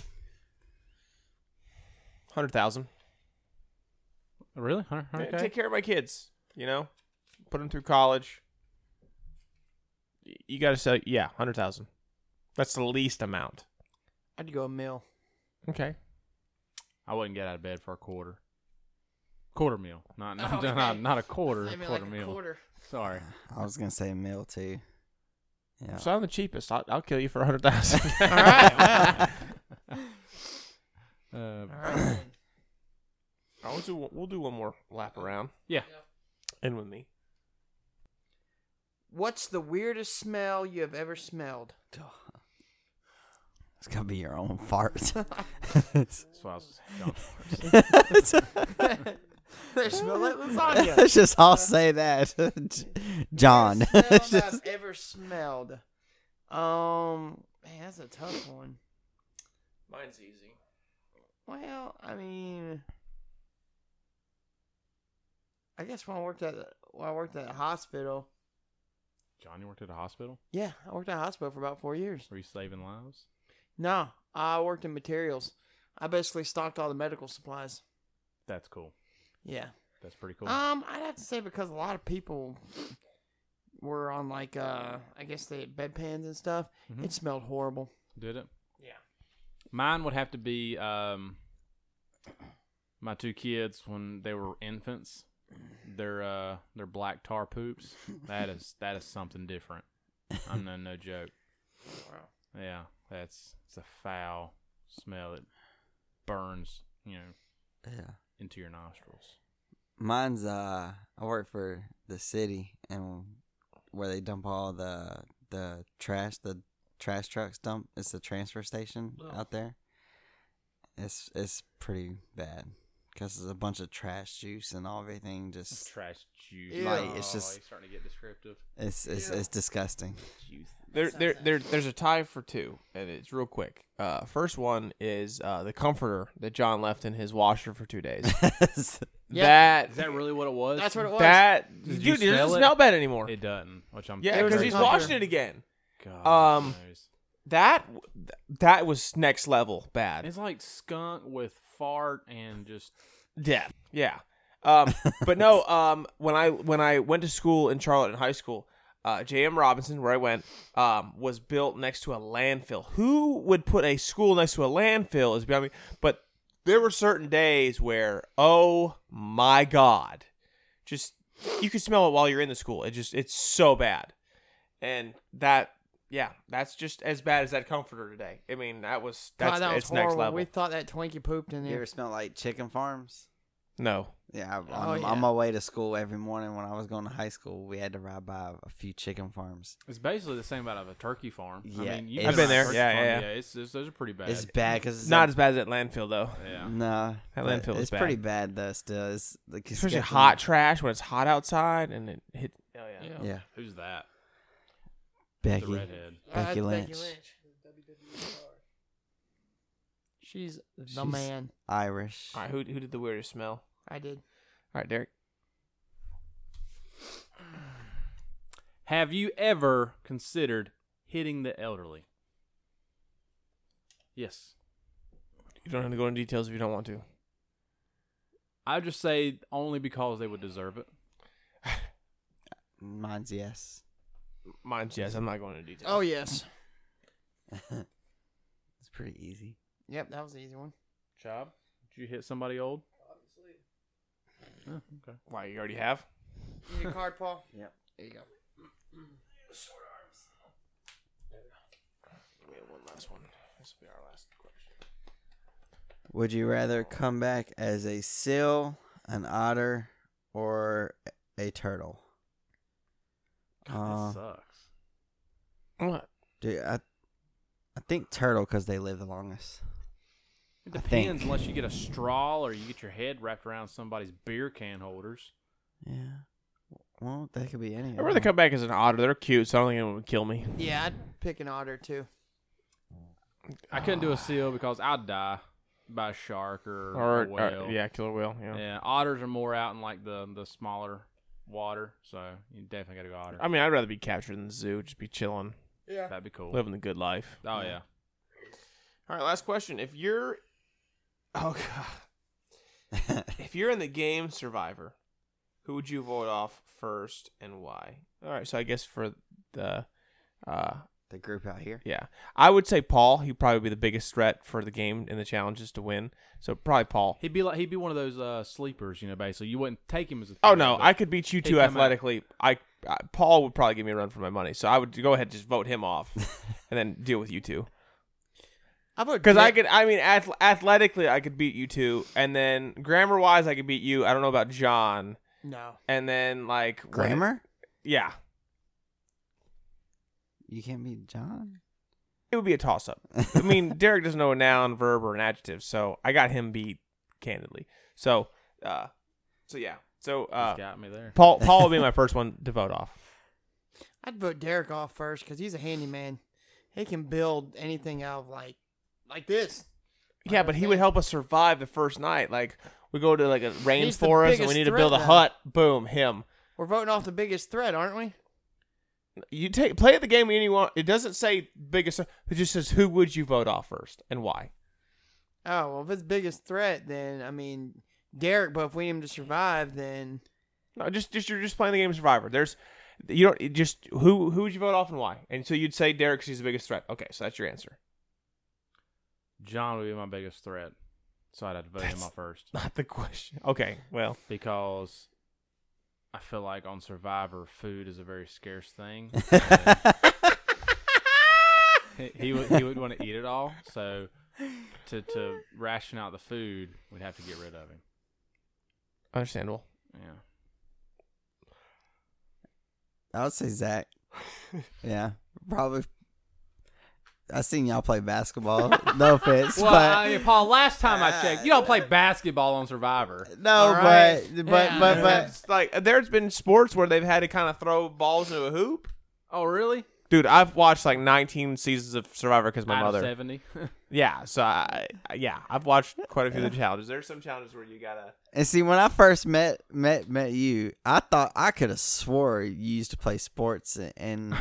Speaker 1: Hundred thousand.
Speaker 3: Really? Huh?
Speaker 1: Yeah,
Speaker 3: Okay.
Speaker 1: Take care of my kids. You know, put them through college. Y- You got to say, yeah, hundred thousand. That's the least amount.
Speaker 5: I'd go a mill.
Speaker 1: Okay.
Speaker 3: I wouldn't get out of bed for a quarter. Quarter meal, not [laughs] not,
Speaker 5: okay.
Speaker 3: not, not a quarter. Quarter meal. Sorry.
Speaker 4: I was gonna say mill too. Yeah.
Speaker 1: So I'm the cheapest. I'll, I'll kill you for a hundred thousand. [laughs]
Speaker 5: All right. well,
Speaker 3: [laughs] Uh,
Speaker 5: all right then.
Speaker 1: I'll do. one- We'll do one more lap around.
Speaker 3: Yeah.
Speaker 1: In with me.
Speaker 5: What's the weirdest smell you have ever [laughs] smelled?
Speaker 4: It's gonna be your own
Speaker 1: [laughs]
Speaker 4: fart. [laughs]
Speaker 3: that's what I was going for.
Speaker 5: [laughs] They smell [laughs] like lasagna.
Speaker 4: Let's just all say that, John. [laughs]
Speaker 5: Worst smell I've ever smelled. Um, man, that's a tough one.
Speaker 1: Mine's easy.
Speaker 5: Well, I mean, I guess when I worked at the, when I worked at the hospital.
Speaker 3: John, you worked at a hospital?
Speaker 5: Yeah, I worked at a hospital for about four years.
Speaker 3: Were you saving lives?
Speaker 5: No, I worked in materials. I basically stocked all the medical supplies.
Speaker 3: That's cool.
Speaker 5: Yeah.
Speaker 3: That's pretty cool.
Speaker 5: Um, I'd have to say because a lot of people were on like uh, I guess they had bedpans and stuff.
Speaker 1: Mm-hmm.
Speaker 3: Mhm.
Speaker 5: It smelled horrible.
Speaker 3: Did it?
Speaker 5: Yeah.
Speaker 3: Mine would have to be um, my two kids when they were infants. Their uh, their black tar poops. That is that is something different. I'm no no joke.
Speaker 5: [laughs]
Speaker 3: Yeah, that's it's a foul smell. It burns, you know,
Speaker 4: yeah.
Speaker 3: into your nostrils.
Speaker 4: Mine's uh, I work for the city and where they dump all the the trash, the trash trucks dump. It's the transfer station out there. It's it's pretty bad because there's a bunch of trash juice and all everything. Just
Speaker 3: Trash juice. oh,
Speaker 5: Ew.
Speaker 4: Like, it's just-
Speaker 3: he's starting to get descriptive.
Speaker 4: it's it's, it's disgusting. [laughs]
Speaker 1: There, there, there, there's a tie for two, and it's real quick. Uh, first one is uh, the comforter that John left in his washer for two [laughs] days.
Speaker 5: Yeah.
Speaker 1: That
Speaker 3: Is that really what it was?
Speaker 5: That's what it was.
Speaker 1: that
Speaker 3: Did you
Speaker 1: dude it doesn't
Speaker 3: smell it?
Speaker 1: smell bad anymore.
Speaker 3: It doesn't. Which I'm
Speaker 1: yeah,
Speaker 5: It was
Speaker 1: because
Speaker 5: a
Speaker 1: he's
Speaker 5: comforter.
Speaker 1: washing it again.
Speaker 3: God
Speaker 1: Um,
Speaker 3: knows.
Speaker 1: That that was next level bad.
Speaker 3: It's like skunk with fart and just
Speaker 1: death. Yeah. Um, but no, um, when I when I went to school in Charlotte in high school, uh, J.M. Robinson, where I went, um, was built next to a landfill. Who would put a school next to a landfill is beyond me. But there were certain days where, oh my god, just you could smell it while you're in the school. It just it's so bad, and that. Yeah, that's just as bad as that comforter today. I mean, that was that's
Speaker 5: God, that was
Speaker 1: it's next
Speaker 5: horrible.
Speaker 1: level.
Speaker 5: We thought that Twinkie pooped in
Speaker 4: You ever
Speaker 5: there.
Speaker 4: smell like chicken farms?
Speaker 1: no,
Speaker 4: Yeah, I-
Speaker 5: Oh,
Speaker 4: on,
Speaker 5: yeah.
Speaker 4: on my way to school every morning when I was going to high school, we had to ride by a few chicken farms.
Speaker 3: it's basically the same about a turkey farm.
Speaker 4: Yeah,
Speaker 3: I mean, you've
Speaker 4: I've
Speaker 1: been
Speaker 3: on a
Speaker 1: there.
Speaker 3: turkey
Speaker 1: Yeah,
Speaker 3: farm,
Speaker 1: yeah, yeah.
Speaker 3: It's, it's those are pretty bad.
Speaker 4: It's bad because
Speaker 1: not as bad as that landfill though.
Speaker 3: yeah.
Speaker 4: No,
Speaker 1: That
Speaker 4: but
Speaker 1: landfill is
Speaker 4: it's pretty bad though. Still, it's like it's
Speaker 1: especially
Speaker 4: got the-
Speaker 1: hot trash when it's hot outside and it hit. Oh yeah.
Speaker 4: Yeah,
Speaker 3: Who's that? The
Speaker 4: Becky,
Speaker 3: redhead.
Speaker 4: Becky Lynch,
Speaker 5: She's the
Speaker 4: She's-
Speaker 5: man.
Speaker 4: Irish.
Speaker 1: All right, who who did the weirdest smell?
Speaker 5: I did.
Speaker 1: All right, Derek.
Speaker 3: Have you ever considered hitting the elderly? Yes.
Speaker 1: You don't have to go into details if you don't want to.
Speaker 3: I just say only because they would deserve it.
Speaker 4: Mine's yes.
Speaker 1: Mine's yes. I'm not going into details.
Speaker 5: Oh yes.
Speaker 4: it's pretty easy.
Speaker 5: Yep, that was the easy one.
Speaker 3: Job? Did you hit somebody old?
Speaker 1: Why you already have?
Speaker 5: Need a card, Paul?
Speaker 4: Yep.
Speaker 5: There you go.
Speaker 1: We have one last one. This will be our last question.
Speaker 4: Would you rather come back as a seal, an otter, or a turtle?
Speaker 3: That
Speaker 4: Uh,
Speaker 3: sucks.
Speaker 1: What?
Speaker 4: dude, I, I think turtle because they live the longest.
Speaker 3: It
Speaker 4: I
Speaker 3: depends
Speaker 4: think-
Speaker 3: unless you get a straw or you get your head wrapped around somebody's beer can holders.
Speaker 4: Yeah. Well, that could be any.
Speaker 1: I'd rather come back as an otter. They're cute, so I don't think anyone would kill me.
Speaker 5: Yeah, I'd pick an otter too.
Speaker 3: I couldn't
Speaker 1: Ah.
Speaker 3: do a seal because I'd die by a shark or,
Speaker 1: Or,
Speaker 3: a whale.
Speaker 1: or- yeah, killer whale. Yeah.
Speaker 3: Yeah, otters are more out in like the the smaller water, so you definitely got to go otter.
Speaker 1: I mean, I'd rather be captured in the zoo, just be chilling,
Speaker 3: That'd be cool.
Speaker 1: living the good life.
Speaker 3: Oh yeah.
Speaker 1: All right, last question. If you're, oh god, if you're in the game Survivor, who would you vote off first and why? All right, so I guess for the, uh,
Speaker 4: The group out here.
Speaker 1: yeah, I would say Paul. He'd probably be the biggest threat for the game and the challenges to win. So probably Paul.
Speaker 3: He'd be like he'd be one of those uh, sleepers, you know. Basically, you wouldn't take him as a.
Speaker 1: Oh
Speaker 3: threat,
Speaker 1: no,
Speaker 3: but-
Speaker 1: I could beat you
Speaker 3: He'd
Speaker 1: two
Speaker 3: come out-
Speaker 1: athletically. I, I Paul would probably give me a run for my money, so I would go ahead and just vote him [laughs] off, and then deal with you two.
Speaker 5: I vote
Speaker 1: Because I
Speaker 5: Dick.
Speaker 1: could, I mean, ath- athletically, I could beat you two, and then grammar wise, I could beat you. I don't know about John,
Speaker 5: no.
Speaker 1: and then like what-
Speaker 4: Grammar?
Speaker 1: yeah,
Speaker 4: You can't beat John.
Speaker 1: it would be a toss up. I mean, Derek doesn't know a noun, verb, or an adjective, so I got him beat candidly. So, uh, so yeah, so uh,
Speaker 3: He's got me there.
Speaker 1: Paul, Paul would be my first one to vote off.
Speaker 5: I'd vote Derek off first because he's a handyman. He can build anything out of like, like this.
Speaker 1: Yeah, but he would help us survive the first night. Like we go to like a
Speaker 5: the
Speaker 1: rainforest and we
Speaker 5: biggest
Speaker 1: need to build a
Speaker 5: threat, though.
Speaker 1: hut. Boom, him.
Speaker 5: We're voting off the biggest threat, aren't we?
Speaker 1: You take play the game anyone. It doesn't say biggest. It just says who would you vote off first and why.
Speaker 5: Oh well, if it's biggest threat, then I mean Derek. But if we need him to survive, then
Speaker 1: No, just just you're just playing the game of Survivor. There's you don't it just who who would you vote off and why. And so you'd say Derek 'cause he's the biggest threat. Okay, so that's your answer.
Speaker 3: John would be my biggest threat, so I'd have to vote him off first
Speaker 1: [laughs] Not the question. Okay, well
Speaker 3: because I feel like on Survivor, food is a very scarce thing.
Speaker 1: [laughs]
Speaker 3: he, he would he would want to eat it all, so to to ration out the food, we'd have to get rid of him.
Speaker 1: understandable.
Speaker 3: Yeah.
Speaker 4: I would
Speaker 3: [laughs]
Speaker 4: say Zach. yeah, probably. I seen y'all
Speaker 3: [laughs]
Speaker 4: play basketball. no offense,
Speaker 3: Well,
Speaker 4: but
Speaker 3: I mean, Paul, last time I checked, you don't play basketball on Survivor.
Speaker 4: no,
Speaker 5: Alright.
Speaker 4: but
Speaker 5: Yeah.
Speaker 4: but but but
Speaker 1: It's like there's been sports where they've had to kind of throw balls into a hoop.
Speaker 3: Oh, really?
Speaker 1: Dude, I've watched like 19 seasons of Survivor because my
Speaker 3: Out of
Speaker 1: mother.
Speaker 3: 70.
Speaker 1: Yeah, so I, I- yeah, I've watched quite a few of the challenges. There's some challenges where you gotta.
Speaker 4: and see when I first met met met you, I thought I could have swore you used to play sports
Speaker 3: [laughs]
Speaker 4: and.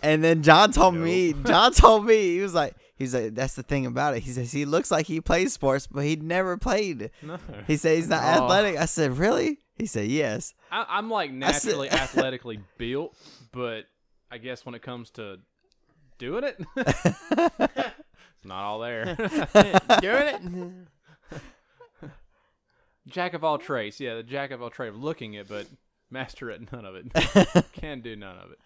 Speaker 4: And then John told me, John told me, he was like, he's like, that's the thing about it. He says he looks like he plays sports, but he never played.
Speaker 3: [laughs] no.
Speaker 4: He said he's not
Speaker 3: Oh.
Speaker 4: athletic. I said, really? He said, yes.
Speaker 3: I, I'm like
Speaker 4: said-
Speaker 3: naturally athletically built, but I guess when it comes to doing it, [laughs] it's not all there.
Speaker 5: [laughs] doing it.
Speaker 3: [laughs] jack of all trades. Yeah, the jack of all trades. Looking it, but master at none of it. Can do none of it.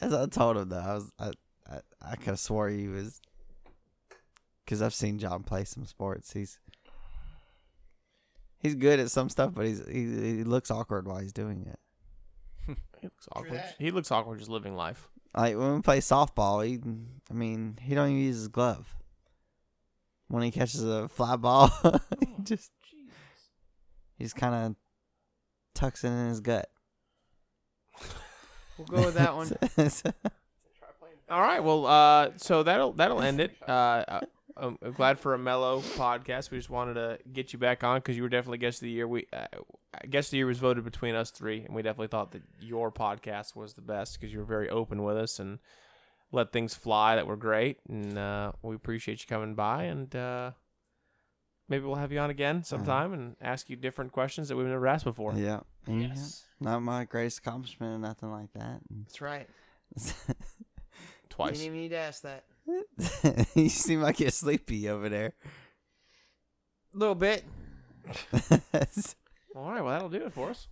Speaker 4: As I told him though, I was I I, I could have swore he was because I've seen John play some sports. He's he's good at some stuff, but he's he, he looks awkward while he's doing it.
Speaker 1: He looks awkward. He looks awkward just living life.
Speaker 4: Like when we play softball, he I mean he don't even use his glove when he catches a fly ball. [laughs] he just he just kind of tucks it in his gut.
Speaker 5: We'll go with that
Speaker 4: [laughs]
Speaker 5: one.
Speaker 1: All right, well, uh, so that'll that'll end it. Uh, I- I'm I'm glad for a mellow podcast. We just wanted to get you back on because you were definitely guest of the year. We uh, guest of the year was voted between us three, and we definitely thought that your podcast was the best because you were very open with us and let things fly that were great. And uh, we appreciate you coming by, and uh, maybe we'll have you on again sometime and ask you different questions that we've never asked before.
Speaker 4: yeah. Yes. Not my greatest accomplishment or nothing like that.
Speaker 5: That's right.
Speaker 4: [laughs]
Speaker 5: You
Speaker 1: Twice.
Speaker 5: didn't even need to ask that.
Speaker 4: [laughs] you seem like you're sleepy over there. [laughs]
Speaker 5: A little bit.
Speaker 1: All right, well, that'll do it for us.